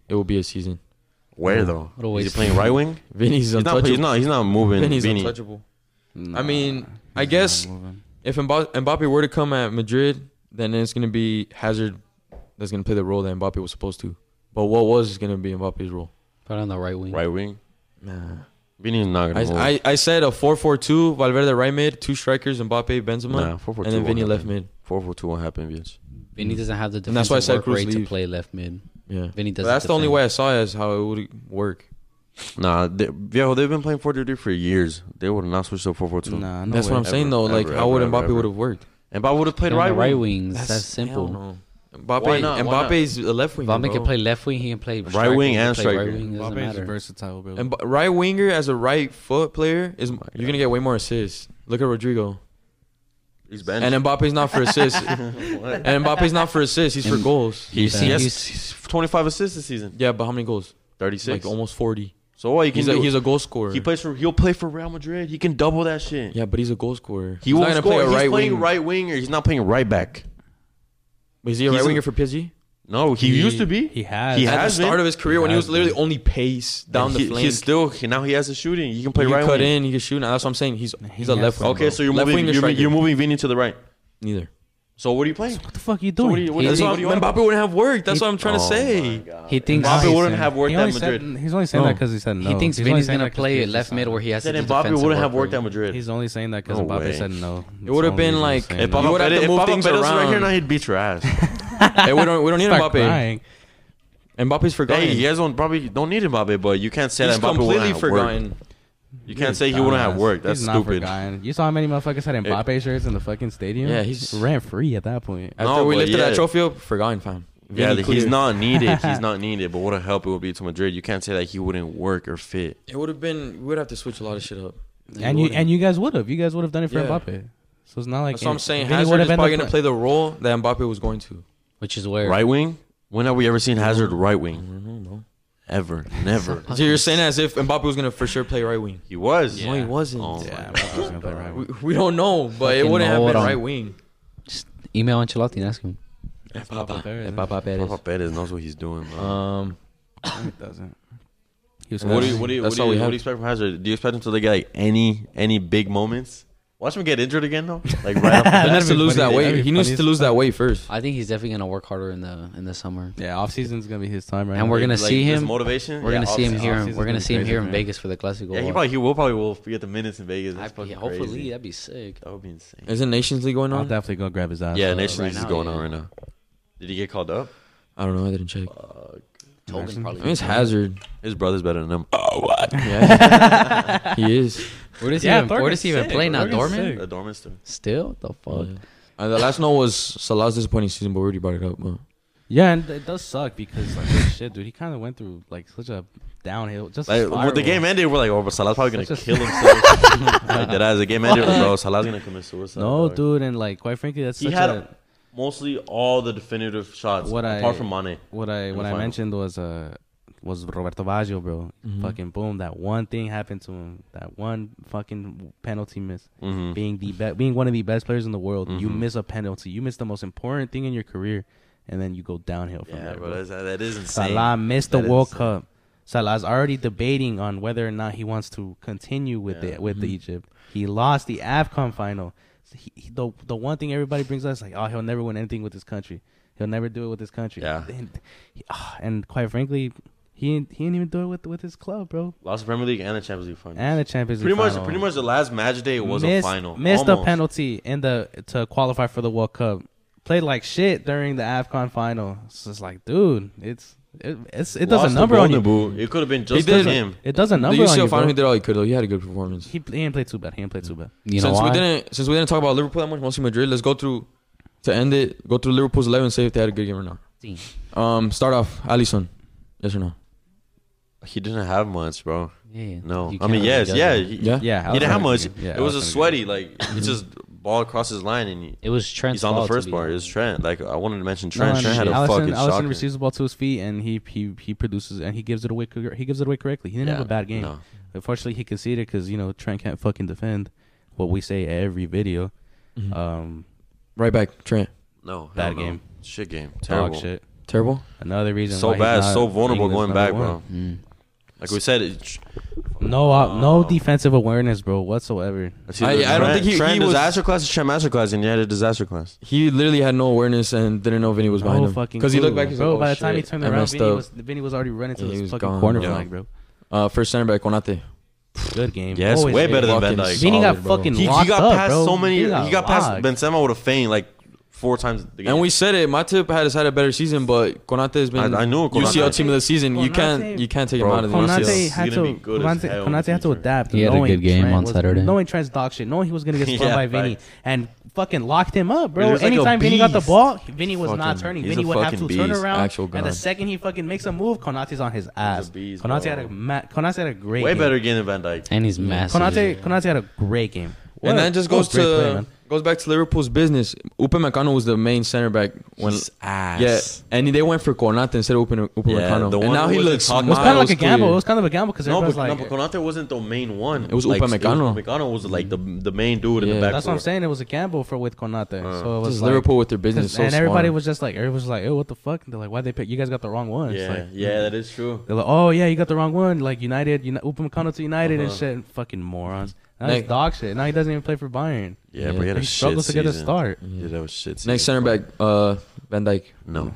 it will be a season.
Where, though?
What a
Is he
waste.
playing right wing?
Vinny's
He's not,
untouchable.
he's not, he's not moving.
Vinny's
Vinny.
untouchable.
Nah,
mean,
he's
I
not
guess-
moving.
If Mba- Mbappe were to come at Madrid, then it's gonna be Hazard that's gonna play the role that Mbappe was supposed to. But what was gonna be Mbappe's role?
Put on the right wing.
Right wing.
Nah.
Vinny's not going to move.
I, I I said a four four two. Valverde right mid, two strikers, Mbappe, Benzema,
nah, 4 4
and then Vinny left mid.
4 4 2 won't happen, bitch.
Vinny
Mm.
doesn't have the defensive
And that's why I said
work
Cruz
rate to
leave.
play left mid.
Yeah.
Vinny
But
doesn't.
that's the only
defend.
way I saw it is how it would work.
Nah, they, yeah, they've been playing 4 3 for years. They would have not switched to 4 4 2.
Nah, no
that's what
way.
I'm saying
Ever,
though. Like
ever,
how would
ever,
Mbappe
ever.
would have worked?
And Bob would have played
Played
right,
right
wing.
wings. That's, simple.
hell no. Mbappe
Why not? Why not?
Mbappe's a left winger.
Vomit
bro.
can play left wing. He can play
Right
striker,
wing
he can
and
play
striker.
Right wing doesn't
Mbappe is
matter.
versatile, bro.
And b- right winger as a right foot player is
my
you're
God.
gonna get way more assists. Look at Rodrigo.
He's
And
benched.
Mbappe's not for assists. and Mbappe's not for assists. He's for
And-
goals.
You see,
He
you
has
see-
25 assists this season.
Yeah, but how many goals?
36.
Like almost forty.
so what? You can
He's a,
do,
he's a goal scorer.
he plays for. He'll play for Real Madrid. He can double that shit.
yeah, but he's a goal scorer.
He
he's
won't score. he's
right
playing
wing.
right winger. He's not playing right back.
Is he a
he's
right
a-
winger for PSG?
No, he,
He-
used to be.
he has.
He
At the
has
start
been.
of his career, when he
He
was
has
literally
been.
only pace down
And
the
he,
flank.
He's still he- now he has a shooting. He can play
he
right
can cut
wing.
in. He can shoot. Now that's what I'm saying. He's he's
He
a
has-
left winger.
Okay, so you're
left
moving.
winger
You're,
striker.
you're moving Vinny to the right.
neither.
So what are you playing?
what the fuck you
So
doing?
what do you- what
He-
That's
do
why
you want?
Mbappe wouldn't have worked. That's what I'm trying to
Oh
say.
my God.
He thinks
Mbappe
he's
wouldn't
saying-
have worked
he
at
only
Madrid.
Said, he's only saying
No.
that because he said no.
he thinks
He's only
Vinny's
saying
gonna
that 'cause
play
he's
left
just-
mid where he has
Said
to. do
Mbappe
defensive
wouldn't
work
have worked
rate.
at Madrid.
He's only saying that because
No
Mbappe
way.
said no.
It would've been like-
If
You
Papa
would have
Perez-
to
if
move
Papa
things
Perez was right here
around.
now, he'd beat your ass.
Hey, we don't we don't need
Start
Mbappe.
crying.
Mbappe's forgotten.
hey, you guys don't probably don't need Mbappe, but you can't say that
he's
Mbappe wouldn't
completely
have
forgotten.
worked. You can't say he wouldn't have
Dumbass.
worked. That's
He's not
stupid.
forgotten. You saw how many motherfuckers had Mbappe shirts in the fucking stadium?
Yeah, he's-
ran free at that point.
After
No,
we
but
lifted
yeah.
that trophy up, forgotten, fam.
Yeah,
Vinny
that he's
clear.
not needed. He's not needed. But what a help it would be to Madrid. You can't say that he wouldn't work or fit.
It would have been. We would have to switch a lot of shit up.
And you and you guys would have. You guys would have done it for
Yeah.
Mbappe. So it's not like
That's what I'm saying.
Vinny
Hazard
would've
is
ended
probably
up
gonna play the role that Mbappe was going to.
Which is where
Right wing? When have we ever seen Hazard right wing?
So
Ever. Never.
you're saying as if Mbappe was gonna for sure play right wing.
he was.
No, he wasn't.
Oh
Yeah,
my
Mbappe's gonna play right
We,
wing.
we don't know, but it
Fucking
wouldn't have
hold
been
on.
right wing.
Just email Ancelotti and ask him.
That's Mbappe Perez.
Mbappe Perez.
Papa Perez knows what he's doing, bro.
Um,
It doesn't. He was
Uh, what do you what do you, what
That's
do
all
you,
we
what
have.
do you expect from Hazard? Do you expect him to like, get like any any big moments? Watch him get injured again though. Like right
he
off
needs to lose that
That'd be
weight. He needs
funny
to
as
lose that weight first.
I think he's definitely gonna work harder in the in the summer.
Yeah, off season's gonna be his time right
And
now.
we're gonna
like,
see
this
him.
motivation.
We're
Yeah,
gonna see him
obviously.
here.
offseason's
We're
gonna
gonna
be
see him
crazy,
here in
man.
Vegas for the Clasico.
Yeah, he
Wow.
probably he will probably will get the minutes in Vegas.
I-
That's fucking
yeah, hopefully
crazy.
that'd be sick.
that would be insane.
Isn't Nations League going
I'll
on?
definitely go grab his ass.
Yeah,
uh,
Nations
right
League is
now,
going
yeah.
on right now. Did he get called up?
I don't know. I didn't check.
Tobin
I
probably.
mean, it's Hazard.
Uh, His brother's better than him.
Yeah, he is.
Where does he
Yeah,
even, where
Dortmund's
does he even
sick,
play now?
bro. Dortmund's
Dortmund.
sick.
Uh, Dortmund's still-
Still the fuck.
Yeah. Uh, the last note was Salah's disappointing season, but we already brought it up. But
Yeah, and it does suck because like holy shit, dude, he kind of went through like such a downhill. Just
Like,
a
when the
spiral.
game ended, we're like, oh, but Salah's probably gonna
Such a-
kill himself. like that as the game ended, bro, Salah's gonna commit suicide.
No,
dog.
dude, and like quite frankly, that's
He
such
had
a,
mostly all the definitive shots,
What I-
apart from Mane.
what I
the
what I
final.
mentioned was uh was Roberto Baggio, bro. Fucking boom, that one thing happened to him. That one fucking penalty miss.
Mhm.
Being the be- being one of the best players in the world, you
Mm-hmm.
miss a penalty. You miss the most important thing in your career, and then you go downhill from
Yeah,
there.
bro,
bro.
that's, that is insane.
Salah missed
That
the
is
World
insane.
Cup. Salah's already debating on whether or not he wants to continue with
Yeah.
it with the Egypt. He lost the AFCON final. So he- he- the the one thing everybody brings up is like, oh, he'll never win anything with his country. He'll never do it with his country.
Yeah.
And, ah, and quite frankly, He ain't, he didn't even do it with with his club, bro.
Lost the Premier League and the Champions League final.
And the Champions
pretty
League
much,
final.
pretty much the last match day was
missed,
a final.
Missed a
Almost.
penalty in the to qualify for the World Cup. Played like shit during the Afcon final. It's just like, dude, it's it, it's, it does
Lost
a
the
number on you.
Bonneville. It could have been just
did.
him.
It does a
The
number on you.
UCL final,
bro.
he did all he could though. He had a good performance.
He, he didn't play too bad. He didn't play too bad.
You know
since
why?
we didn't since we didn't talk about Liverpool that much, mostly Madrid. Let's go through to end it. Go through Liverpool's eleven. Say if they had a good game or not.
Team.
Um, start off Alisson. Yes or no?
He didn't have much, bro.
Yeah.
No,
You
I
can't
mean
really
yes,
judge
yeah,
him.
he,
Yeah.
Yeah,
he didn't have much.
Yeah,
it was a
Alison-
sweaty, like he just ball across his line and he,
It was Trent's
he's on the
fault, to
first
be
part. It was
honest.
Trent. Like I wanted to mention
No,
Trent.
no,
Trent had
no,
a
Allison,
fucking
Allison
shocker.
receives the ball to his feet and he he he produces and he gives it away. cor- He gives it away correctly. He didn't have
Yeah,
a bad game.
no.
Unfortunately, he conceded because you know Trent can't fucking defend. What we say every video.
Mm-hmm.
Um,
Right back, Trent.
No,
Bad
hell no.
game.
Shit game.
dog
Terrible.
shit.
Terrible.
Another reason.
So
why he's
bad,
not
so vulnerable
England's
going back,
number
bro.
one.
Mm.
Like we said, it,
No, uh, no
Wow.
defensive awareness, bro, whatsoever.
It's
I-
either
I don't think he-
Trent
he was-
disaster class is Trent master class, and he had a disaster class.
He literally had no awareness and didn't know Vinny was behind
no
him
fucking.
because he looked
clue.
back. He's
bro.
like, oh,
by the time he
shit,
turned
I
around,
messed
Vinny
up.
was Vinny was already running to
Yeah, he
the
was
fucking
gone,
corner
yeah.
flag, bro.
Uh, first center back Konate.
Good game.
Yes,
Always
way
good.
better than
Fucking
Van Dyke.
Vinny got
solid, bro.
fucking
He, he
locked
got
up,
past
bro.
so many. He got, past
locked.
Benzema with a feint like four times. The game.
And we said it. Matip had had a better season, but Konate has been
I- I knew Konate.
UCL team of the season. You can't
Konate-
you can't take him
Bro,
out of the
Konate
UCL.
Konate
He's
had to
gonna be good as
Konate,
hell in the
Konate had to
future.
adapt.
He had a
knowing
good game
Trent
on
was-
Saturday.
Knowing Trent's dog shit, knowing he was gonna get spun
Yeah,
by Vinny,
right.
and fucking locked him up, bro.
He was like a
Anytime Vinny got the
beast.
ball, Vinny was not
Fucking-
turning.
he's
Vinny
a
would have to
fucking
turn
beast.
around,
Actual
and the
god.
second he fucking makes a move, Konate's on his ass.
beast,
Konate
bro.
had a ma- Konate had a great
way
game.
better game than Van Dyke.
And he's massive.
Konate, Konate had a great game. What
And
a-
that just
what a
goes
great player,
to
man.
goes back to Liverpool's business. Upamecano was the main center back when
His ass.
Yeah, and they went for Cornata instead of Upa- Upamecano.
the
and
one
now
who
he
was
looks
in top
It was
Nah,
kind of like
miles
a gamble. It
clear.
was kind of a gamble because
No,
everyone's
but,
like,
no, but Konate wasn't the main one.
It was
like,
Upamecano.
Upamecano was like the the main dude in
Yeah.
the back.
that's what I'm
four.
saying. It was a gamble for with Konate.
Uh.
so it was
Just
like,
Liverpool with their business,
Because-
so
and everybody
smart.
was just like, everybody was like, oh, what the fuck? And they're like, why they pick? You guys got the wrong one. It's
Yeah,
like-
yeah, that is true.
They're like, oh yeah, you got the wrong one. Like United, Uni- Upamecano to United and
Uh-huh.
shit. Fucking morons. Now
Like-
he's dog shit. Now he doesn't even play for Bayern.
Yeah,
Yeah.
but he had a
He
shit
struggles to
season.
get a start.
Yeah, that was shit. Season.
Next center back, uh, Van Dijk.
No,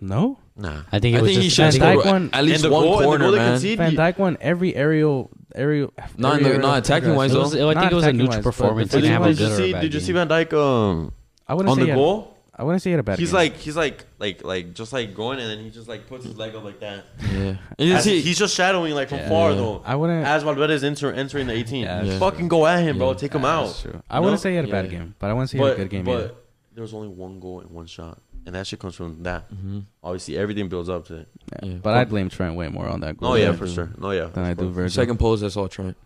No,
nah.
I think it
I
was
think he
just
should have
that-
Van
scored
Dijk one-
at least
And the
one
goal- and the
corner,
goal they
man.
conceded-
Van Dijk won every aerial, aerial.
Not in the-
aerial
not attacking wise,
It
though.
was, I think it was a
attacking-wise,
neutral
but
performance.
Did
He
you-
didn't have a
Did you
good or a
see?
bad
Did you see
game.
Van Dyke um
I wouldn't
on
say
the
he had-
goal?
I wouldn't say he had a bad.
He's
game.
like he's like like like just like going and then he just like puts his leg up like that.
Yeah, And you
As-
see-
he's just shadowing like from far though.
I wouldn't-
As Valverde's enter, entering the 18,
Yeah,
that's
fucking go at him, bro. "Ah, Take him out.
That's true. I
You
wouldn't
know?
say he had a bad
Yeah.
game, but I wouldn't say he had
but,
a good game
but
either.
there was only one goal and one shot, and that shit comes from that.
Mhm.
Obviously, everything builds up to it.
Yeah.
But I blame Trent way more on that goal.
Oh yeah,
than-
for sure. No, yeah.
Than I do Virgil.
second post. That's all Trent.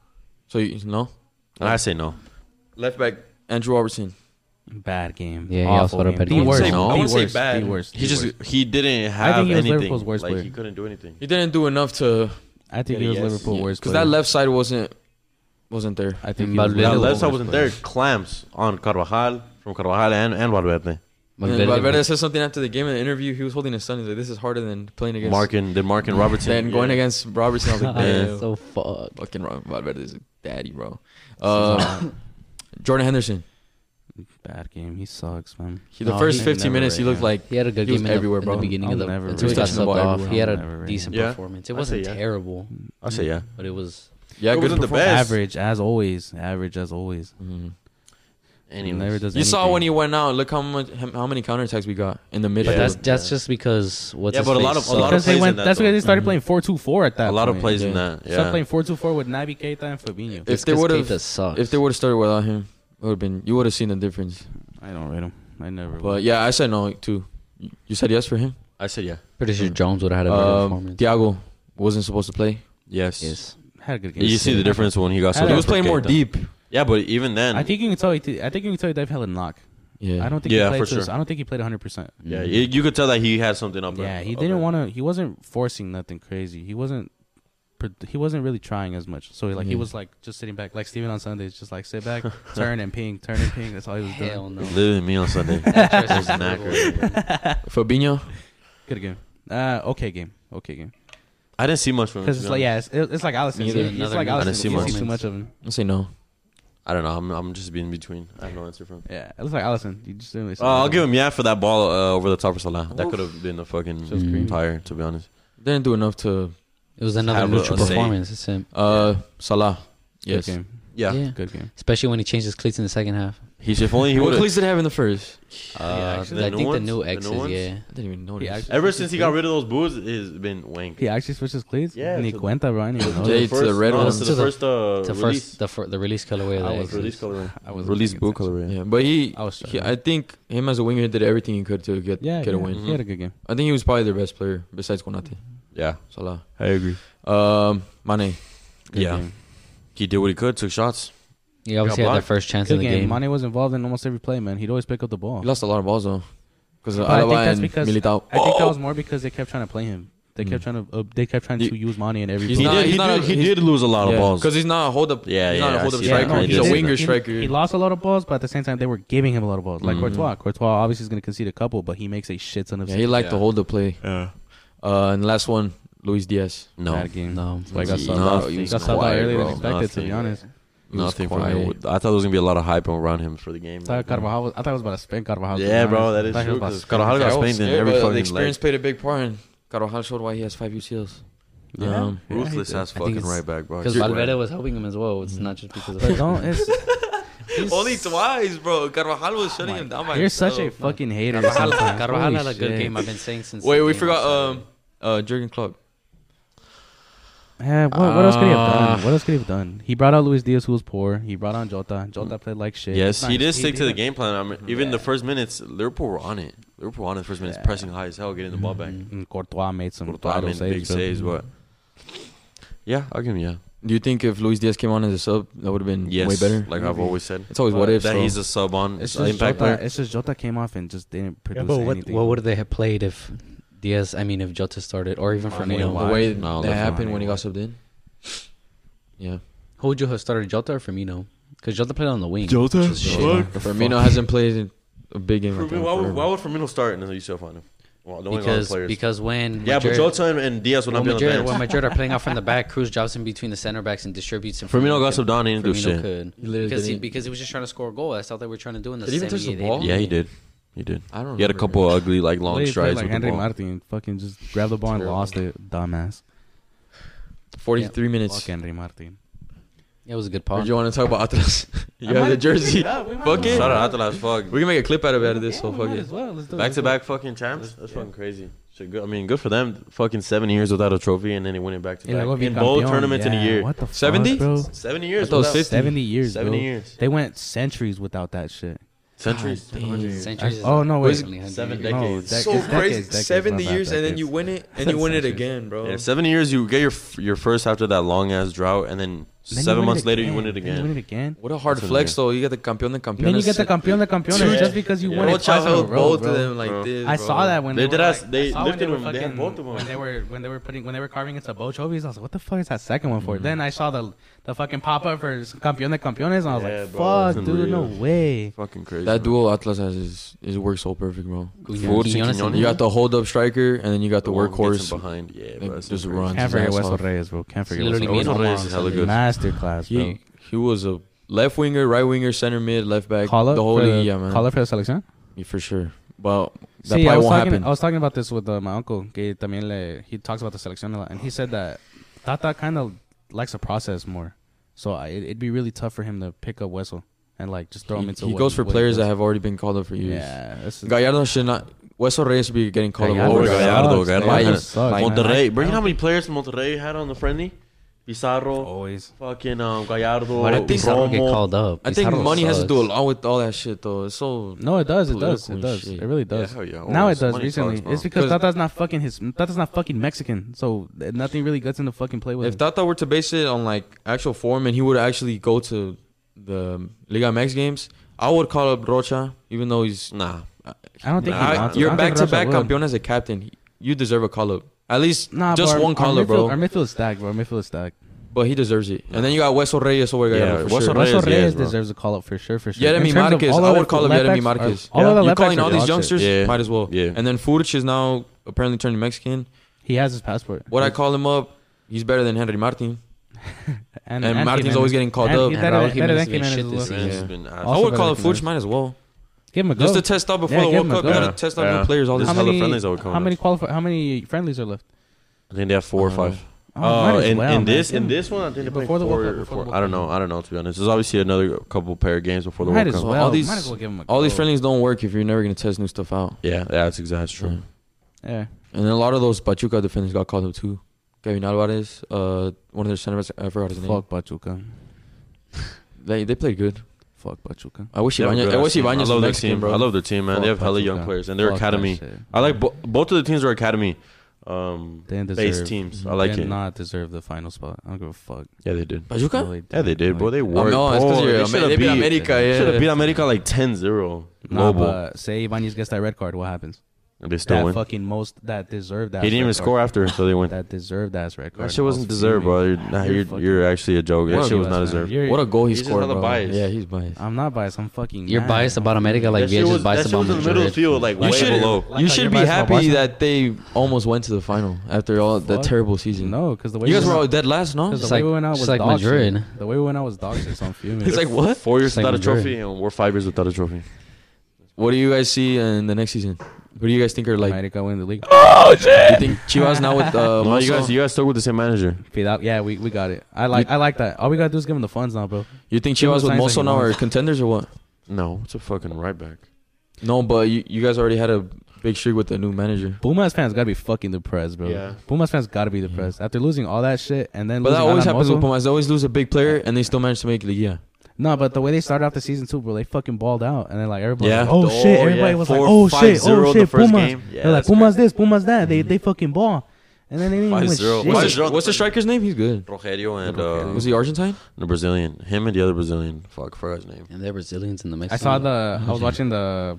So you no
And I say no.
left back Andrew Robertson.
Bad game.
Yeah, he also
Awful
had a
game.
bad
The
game.
worst.
I wouldn't say- I
the
wouldn't say
worst,
bad.
The worst.
He
the
just
worst.
he didn't
I
have
think he was
anything.
Liverpool's worst
like
player.
he couldn't do anything.
He didn't do enough to
I think he was
Yes.
Liverpool worst.
because that
player.
left side wasn't wasn't there.
I think he
But
was
Valverde
Now,
Liverpool's
left side
worst
wasn't
player.
there. Clamps on Carvajal from Carvajal and and Valverde.
And Valverde
Valverde-
said something after the game in the interview. He was holding his son. He's like, "This is harder than playing against
Marking then Marking Robertson.
than going
Yeah.
against Robertson." I was like,
Yeah.
"Damn."
So fuck.
fucking Ro- Valverde is a daddy, bro. Uh, Jordan Henderson.
Bad game. He sucks, man.
He, the
No,
first
he
15
never
minutes, he looked
really-
like
He had a good
He was
game in the,
everywhere,
in
bro.
the beginning
I'll
of the
never
until he
rate
got
him. Touching the
subbed
ball
off.
everywhere.
He had
I'll never
a
rate
decent
him. Yeah.
performance. It
I'll
wasn't
say yeah.
terrible,
I say yeah.
but it was.
yeah,
It
good.
wasn't the
performance.
best.
Average as always. Average as always.
Mm-hmm.
Mhm.
He
Anyways.
never does.
You saw
anything.
when he went out. Look how much how many counterattacks we got in the midfield.
But that's
Yeah.
that's just because what's
Yeah,
his
but a lot
face
of- a lot
Because
sucked.
they
plays
went.
in that,
That's why
though.
they
Mm-hmm.
started playing four two four at that.
a lot of
point.
plays in
Yeah.
that.
Started
Yeah.
playing four two four with Naby Keita and Fabinho.
if
It's
they
'cause
would
Keita
have
sucks.
if they would have started without him, it would have been you would have seen the difference.
I don't rate him. I never. will.
But yeah, I said no too. You said yes for him.
I said yeah.
pretty sure Jones would have had a better
Um,
performance.
Thiago wasn't supposed to play.
Yes.
Yes.
had a good game.
You see the difference when he got.
He
He
Yeah,
was playing more
deep.
deep.
Yeah, but even then,
I think you can tell. He I think you can tell he definitely had a knock.
Yeah,
I don't think.
Yeah,
he played
for
to his-
sure.
I don't think he played 100. percent
yeah, y- you could tell that he had something up.
Yeah, he
up
didn't
there.
want to. He wasn't forcing nothing crazy. He wasn't. pr- He wasn't really trying as much. So like he
Yeah.
was like just sitting back, like Steven on Sundays, just like sit back, turn and ping, turn and ping. That's all he was
Hell
doing.
no.
Living me on Sunday.
That
That was
choice was
knackered.
horrible.
Fabinho.
Good game. Uh, okay game. Okay game.
I didn't see much from him.
Because
to
it's
be
like
honest.
yeah, it's, it's like Allison.
Neither-
It's
another
like
neither.
Allison.
I didn't see
you
much.
see too much of him.
I say no.
I don't know. I'm I'm just being between. I have no answer from.
Yeah, it looks like Allison. You just didn't really see
Uh, I'll
much
give
of
him yeah for that ball uh, over the top for Salah. That could have been a fucking
creamy.
tire, to be honest.
Didn't do enough to
It was another
have a-
neutral
a say.
performance. That's it.
uh Salah. Yes.
Good game.
Yeah.
Yeah.
Good game.
Especially when he changed his cleats in the second half.
He should if only he
what
would.
cleats did he have in the first?
Yeah,
Uh,
actually,
the
I
new
think the new
ones? The new
X's,
ones?
yeah.
I didn't even notice.
Yeah, actually-
Ever since he got rid of those boots, it's been wank.
He actually switches cleats.
Yeah,
Ni
to-
cuenta, bro. I didn't even
To
know
the
that.
Jay- red
no, To
one.
To
oh, the
the-
first uh,
To
release.
first the fir- the release colorway of
I
the
was
X's.
release colorway.
I was
release
paying
boot
attention.
colorway.
Yeah, but he,
I was.
he,
struggling.
I think him as a winger did everything he could to get
yeah,
get a
yeah,
win.
Mm-hmm.
He had a good game.
I think he was probably their best player besides Konate.
Yeah,
Salah,
I agree.
um, Mane.
Good
yeah,
game.
he did what he could. Took shots.
He obviously
Got
had their
blocked.
first chance
Good
in the
game.
game.
Mane was involved in almost every play, man. He'd always pick up the ball.
He lost a lot of balls though, because
But I think
Alaba
that's
and
because-
Militao.
I think that was more because they kept trying to play him. They kept trying to. Uh, they kept trying
He-
to use Mane in every.
He's
he
play.
not-
did.
he's
He,
not a-
did, he
he's-
did lose a lot of balls.
because he's not a hold up.
Yeah,
he's not
yeah,
a
I
hold up
see that.
striker.
No, he
he's a
did.
winger
he,
striker.
He lost a lot of balls, but at the same time, they were giving him a lot of balls. Like
Mhm.
Courtois. Courtois obviously is going to concede a couple, but he makes a shit ton of.
Yeah, he liked to
Yeah.
hold the play.
Yeah.
Uh, and last one, Luis Diaz.
no,
Bad game.
No.
That's why I got
He-
subbed
no,
out.
he
Got
was
subbed out
quiet,
earlier than
bro.
expected, to be
Nothing.
honest.
He was
nothing from
quiet.
him. I thought there was gonna be a lot of hype around him for the game.
I thought Carvajal. Was, I thought it was about to spin Carvajal. to be
Yeah, bro,
honest.
that
I
is
thought he
true.
was about to
'cause
spin
Carvajal
Yeah,
got
I was
spanked in
scared,
every
but the
fucking leg.
experience played a big part in Carvajal showed why he has five UCLs.
Yeah.
Um,
Yeah, he
Ruthless
did.
ass
I think
fucking
it's-
right back, bro.
Because
You're
Valverde
right.
was helping him as well. It's not just because of
But don't. It's,
Only twice, bro. Carvajal was
Oh
shutting him down by
you're such a
himself.
fucking hater.
Carvajal,
sometimes.
Carvajal
Holy
had a good
shit.
game. I've been saying since.
Wait,
the
we
game
forgot
was-
um uh Jurgen Klopp.
Yeah, Eh, what, what else could he have done?
Ah.
Uh,
What else could he have done? He brought out Luis Diaz, who was poor. He brought on Jota. Jota played like shit.
Mm. Yes, he
Nice.
did stick to the
did.
game plan. I mean, even the first minutes, Liverpool were on it. Liverpool were on it the first minutes,
Yeah.
pressing high as hell, getting the ball back.
And Mm-hmm. Courtois made some
Courtois
vital
made
saves,
big
bro.
saves, but yeah, I'll give him yeah.
Do you think if Luis Diaz came on as a sub, that would have been
Yes,
way better?
Like I've always said,
It's always what if,
that
so-
he's a sub on
It's
an
just,
impact
Jota,
player.
it's just Jota came off and just didn't
Yeah,
produce
but what,
anything.
what would they have played if Diaz? I mean, if Jota started, or even
I mean,
Firmino?
why-
the way
No,
that
that's
happened
not
when he got subbed in. Yeah,
Who would you have started, Jota or Firmino? Because Jota played on the wing.
Jota?
which is shit.
What?
Firmino hasn't played a big game. Like that in
why, would,
forever.
why would Firmino start in the UCL final? Well, knowing all the
Because
players.
because when
yeah, but
Madrid-
Jota and- and Diaz will
when
not be on the
Madrid, when
bench.
Madrid are playing out from the back, Cruz jumps in between the center backs and distributes. And
Firmino got
could-
subbed down, he didn't do
Firmino
shit.
could.
He literally
because he,
didn't-
because he was just trying to score a goal. That's all they were trying to do in the.
Did he even touch the
78th,
ball?
Yeah, he did. He did.
I don't.
He had a
remember.
couple of ugly like long
Long
strides
like
with the
Henry
ball.
Martin fucking just grabbed the ball and
Terrible.
lost it, dumbass.
Forty-three minutes.
Fuck Henry Martin.
Yeah, it was a good
Or do
pass.
you want to talk about Atlas? you have the jersey. Fuck it.
Shout out Atlas, fuck.
We can make a clip out of it out of this. So fuck it.
Back to back fucking champs. That's fucking crazy. Shit, good. I mean, good for them. Fucking seven years without a trophy and then they win it back to back in both tournaments in a year.
What the fuck,
70?
bro?
Seventy
I
years.
thought it was
without-
50.
70 years,
70
bro.
years.
They went centuries without that shit.
Centuries.
Centuries is
Oh, no, wait.
definitely hundred
Seven
years.
decades.
No, dec-
so
it's
crazy.
decades, decades,
Seventy
my bad,
years, and then
decades.
you win it, and you win it again, bro.
Yeah, seven years. You get your f- your first after that long ass drought, and then,
Then you
seven
win it
months later you win it
Then You
again.
win it again.
What a hard
That's what
flex,
it is.
though. You get the campeón de
And then you
campeones.
get the campeón de campeones
Dude.
just because you
Yeah.
won
Bro,
it twice in a
held
row,
both
bro.
of them like
Bro.
this.
I
bro.
saw that when
They
they,
did
were,
ask-
like-
they
I saw when
lifted
were
them. They had
fucking-
both of them.
When they were when they were putting when they were carving into both trophies, I was like, "What the fuck is that second one
Mm-hmm.
for?" Then I saw the the fucking pop up for campeón de campeones, and I was
Yeah,
like,
bro, it's
"Fuck, dude, no
unreal.
way."
Fucking crazy.
That duo Atlas has is, is works so perfect, bro.
Fools and
Quinones and-
Quinones.
You got the hold up striker, and then you got the,
one gets him
workhorse.
behind. Yeah,
Like,
bro. that's
just
crazy.
run.
Can't forget
His ass
Wesley
off.
Reyes, bro. Can't forget
Literally
Wesley
made
Reyes.
him
Reyes
on
is hella
Sunday.
good.
Master class, bro.
He he was a left winger, right winger, center mid, left back.
Call up
the whole
for
league,
the-
yeah, man,
Call up for the selección.
Yeah, for sure. But that
See, I
probably
was
won't
talking.
happen.
I was talking about this with uh, my uncle. Que también le, he talks about the selección a lot, and he said that Tata kind of likes to process more, so I, it, it'd be really tough for him to pick up Wessel and like just throw him
he
into.
he
what
goes for
what
players
does.
that have already been called up for years.
Yeah, that's-
Gallardo should not. Wesley Reyes should be getting called up
Gallardo
over
sucks.
Gallardo.
Gallardo,
Gallardo
sucks,
Like,
man.
Monterrey. Bro, you know how many players Monterrey had on the friendly? Pizarro,
Always.
fucking um, Gallardo,
Why did Pizarro get
Romo.
called up?
I think
Pizarro
money has to
sucks.
do a lot with all that shit, though. It's so
No, it does. It does.
Political
It does.
shit.
It really does.
Yeah, hell yeah,
Now it
always.
does
Money
recently.
talks, bro.
it's because
'Cause-
Tata's not fucking his. Tata's not fucking Mexican, so th- nothing really gets into fucking play with.
If
him.
Tata were to base it on like actual form and he would actually go to the Liga MX games, I would call up Rocha, even though he's.
Nah,
I don't think he
Nah,
I-
wants to. I
you're
don't think
back to back
Rocha would.
campeón as a captain. You deserve a call up. At least
Nah,
just
but our-
one call
our
up, bro.
midfield- Our midfield is stacked, bro. Our midfield is stacked.
but he deserves it. And then you got Wesley Reyes over
Yeah,
Gallardo for
Wesley
sure.
Reyes,
Russell Reyes,
yes, bro.
deserves a call up for sure. For sure.
Yeremy
In terms of
Marquez,
all
I
other
would call him
left
Yeremy
backs are-
Marquez.
All of the
You're
left
calling
backs
all
are
these
dog shit.
youngsters?
Yeah.
Might as well.
Yeah.
And then Furich is now apparently turning Mexican.
He has his passport.
What I call him up, he's better than Henry Martin. and Martin's
Jimenez.
always getting called
And
up.
he-
And
better
Raul
than- better
Jimenez
than
has been
Jimenez
shit this
as well.
season.
man,
Yeah.
it's been ass.
I
Also
would call up
better than
Furich, might as well.
Give him a go.
Just to test out before
Yeah,
the
give
World
him a
Cup.
go.
You gotta test out
Yeah.
new players all the
This
how
time.
hella
many,
friendlies that were coming
how many
up.
qualify? How many friendlies are left?
I think they have four or
Uh,
five.
might
Oh,
as
in,
well,
in
man.
this in this one, I think they played
Before the World
four
Cup,
or
before the
four.
World
I don't know. I don't know. To be honest, there's obviously another couple pair of games before the
might
World
as
Cup.
well.
All these-
might as well give him a
All
Oh.
these
go.
friendlies don't work if you're never gonna test new stuff out.
Yeah, that's exactly true.
Yeah.
And then a lot of those Pachuca defenders got called up too. Gavin Alvarez, uh, one of their center backs, I forgot his name.
Fuck Pachuca.
They they played good.
Fuck Pachuca.
I wish
They have a
Ibanez.
good
I
ass
wish
team.
Ibanez
I
was
love their
Mexican,
team.
bro.
I love their team, man.
Fuck
they have hella young
Pachuca.
players and their
Fuck that
academy.
shit.
I like bo- both of the teams are academy um,
They didn't
based
deserve-
teams. I
They
like
did
it.
not deserve the final spot. I don't give a fuck.
Yeah, they did.
No,
Pachuca?
Yeah, they did,
No,
bro. They
Oh,
worked.
no, it's 'cause
bro.
you're
They
Amer-
should've
they beat
beat-
America.
They should have beat
Yeah.
America like 10-0.
Nah,
Global.
but say Ibanez gets that red card, what happens?
And they still
That
win.
fucking most that deserved that.
He didn't even score after, so they win.
That deserved that red card.
That shit wasn't deserved, bro. You're, nah,
You're
you're,
fucking-
you're actually a joke. That
What
shit was
a
not
man.
deserved.
You're-
What a goal he
He's just
scored,
hella
bro.
biased.
Yeah, he's biased.
I'm not biased. I'm fucking.
You're
mad.
biased about America like
That shit
Villa's
was-
just biased
that shit
about
was in the middle of the
Madrid.
field, like
You
way
should,
below.
you
Like
should
how
be
you're biased about
happy
Barca.
that they almost went to the final after all that
Fuck.
terrible season.
No, because the way
you guys
we
were all
went-
dead last, no?
'cause the
It's
way
like-
we went out
it's
was
like
dog shit.
Madrid.
The way we went out was dog shit. So I'm fuming.
It's like what?
Four years
Like
without a
Madrid.
trophy, and we're five years without a trophy.
What do you guys see in the next season? Who do you guys think are like?
America win the league.
Do you think Chivas now with
no,
uh,
you
Mozo?
guys, you guys stuck with the same manager.
Fade out. Yeah, we, we got it. I like I like that. All we gotta do is give him the funds now, bro.
You think
Give him
Chivas with
signs that he
Mozo now are
wants.
contenders or what?
No, it's a fucking right back.
No, but you, you guys already had a big streak with the new manager.
Pumas fans gotta be fucking depressed, bro.
Yeah.
Pumas fans gotta be depressed after losing all that shit and then.
But that
losing
always
Alan
happens
Mozo.
with Pumas. They always lose a big player and they still manage to make Liga.
No, but the way they started off the season too, bro, they fucking balled out, and then like everybody,
Yeah.
was like, oh,
Oh,
shit, everybody
yeah.
was like,
Four,
oh
five,
shit,
zero
oh
the
shit,
first
Pumas.
game. Yeah,
They're like
that's
Pumas this, Pumas that. They they fucking ball, and then they didn't even win
5-0.
shit.
Why
What's,
is
the,
Jean-
what's the striker's name? He's good.
Rogerio and
Was
uh,
he Argentine?
the Brazilian. Him and the other Brazilian. Fuck, forgot his name.
And they're Brazilians in the Mexican.
I saw the I was watching the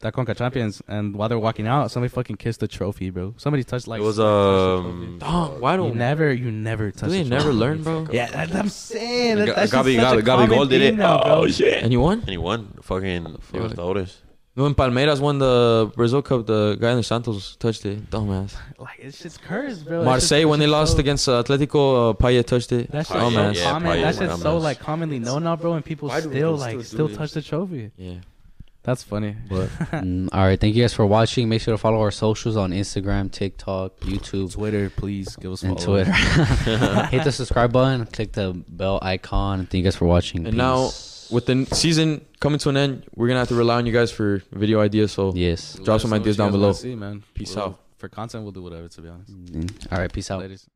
that Conca Champions, and while they were walking out, somebody fucking kissed the trophy, bro. Somebody touched like
It was um.
Dog, why
you
don't
never you never
do
touch.
they
the
never
trophy.
learn, bro?
Yeah, that, I'm saying that,
Ga-
that's
Gabi-
just such a
Gabi-
common
Gabigol did
thing
it. Oh,
now, bro.
And you won?
And he won. Fucking Libertadores.
When Palmeiras won the Brazil Cup, the guy in the Santos touched it. Dumbass.
Like it's just cursed, bro. It's just-
Marseille,
it's
when they
just
lost
so-
against uh, Atletico, uh, Payet touched it.
That shit's so
Oh, man.
Dumbass.
Yeah,
common.
probably
That shit's so
dumbass.
like commonly known now, bro. And people
Why do
still
people
like
still do
still
this?
touch the trophy.
Yeah.
That's funny.
But
Mm, all right, thank you guys for watching. Make sure to follow our socials on Instagram, TikTok, YouTube,
Twitter, please give us
and Twitter. Hit the subscribe button, click the bell icon. Thank you guys for watching.
And now,
Peace.
with the n- season coming to an end, we're going to have to rely on you guys for video ideas. So
yes.
Drop some ideas down below.
See, man.
Peace
We'll-
out.
For content, we'll do whatever. To be honest,
Mm.
All right, peace out.
Ladies.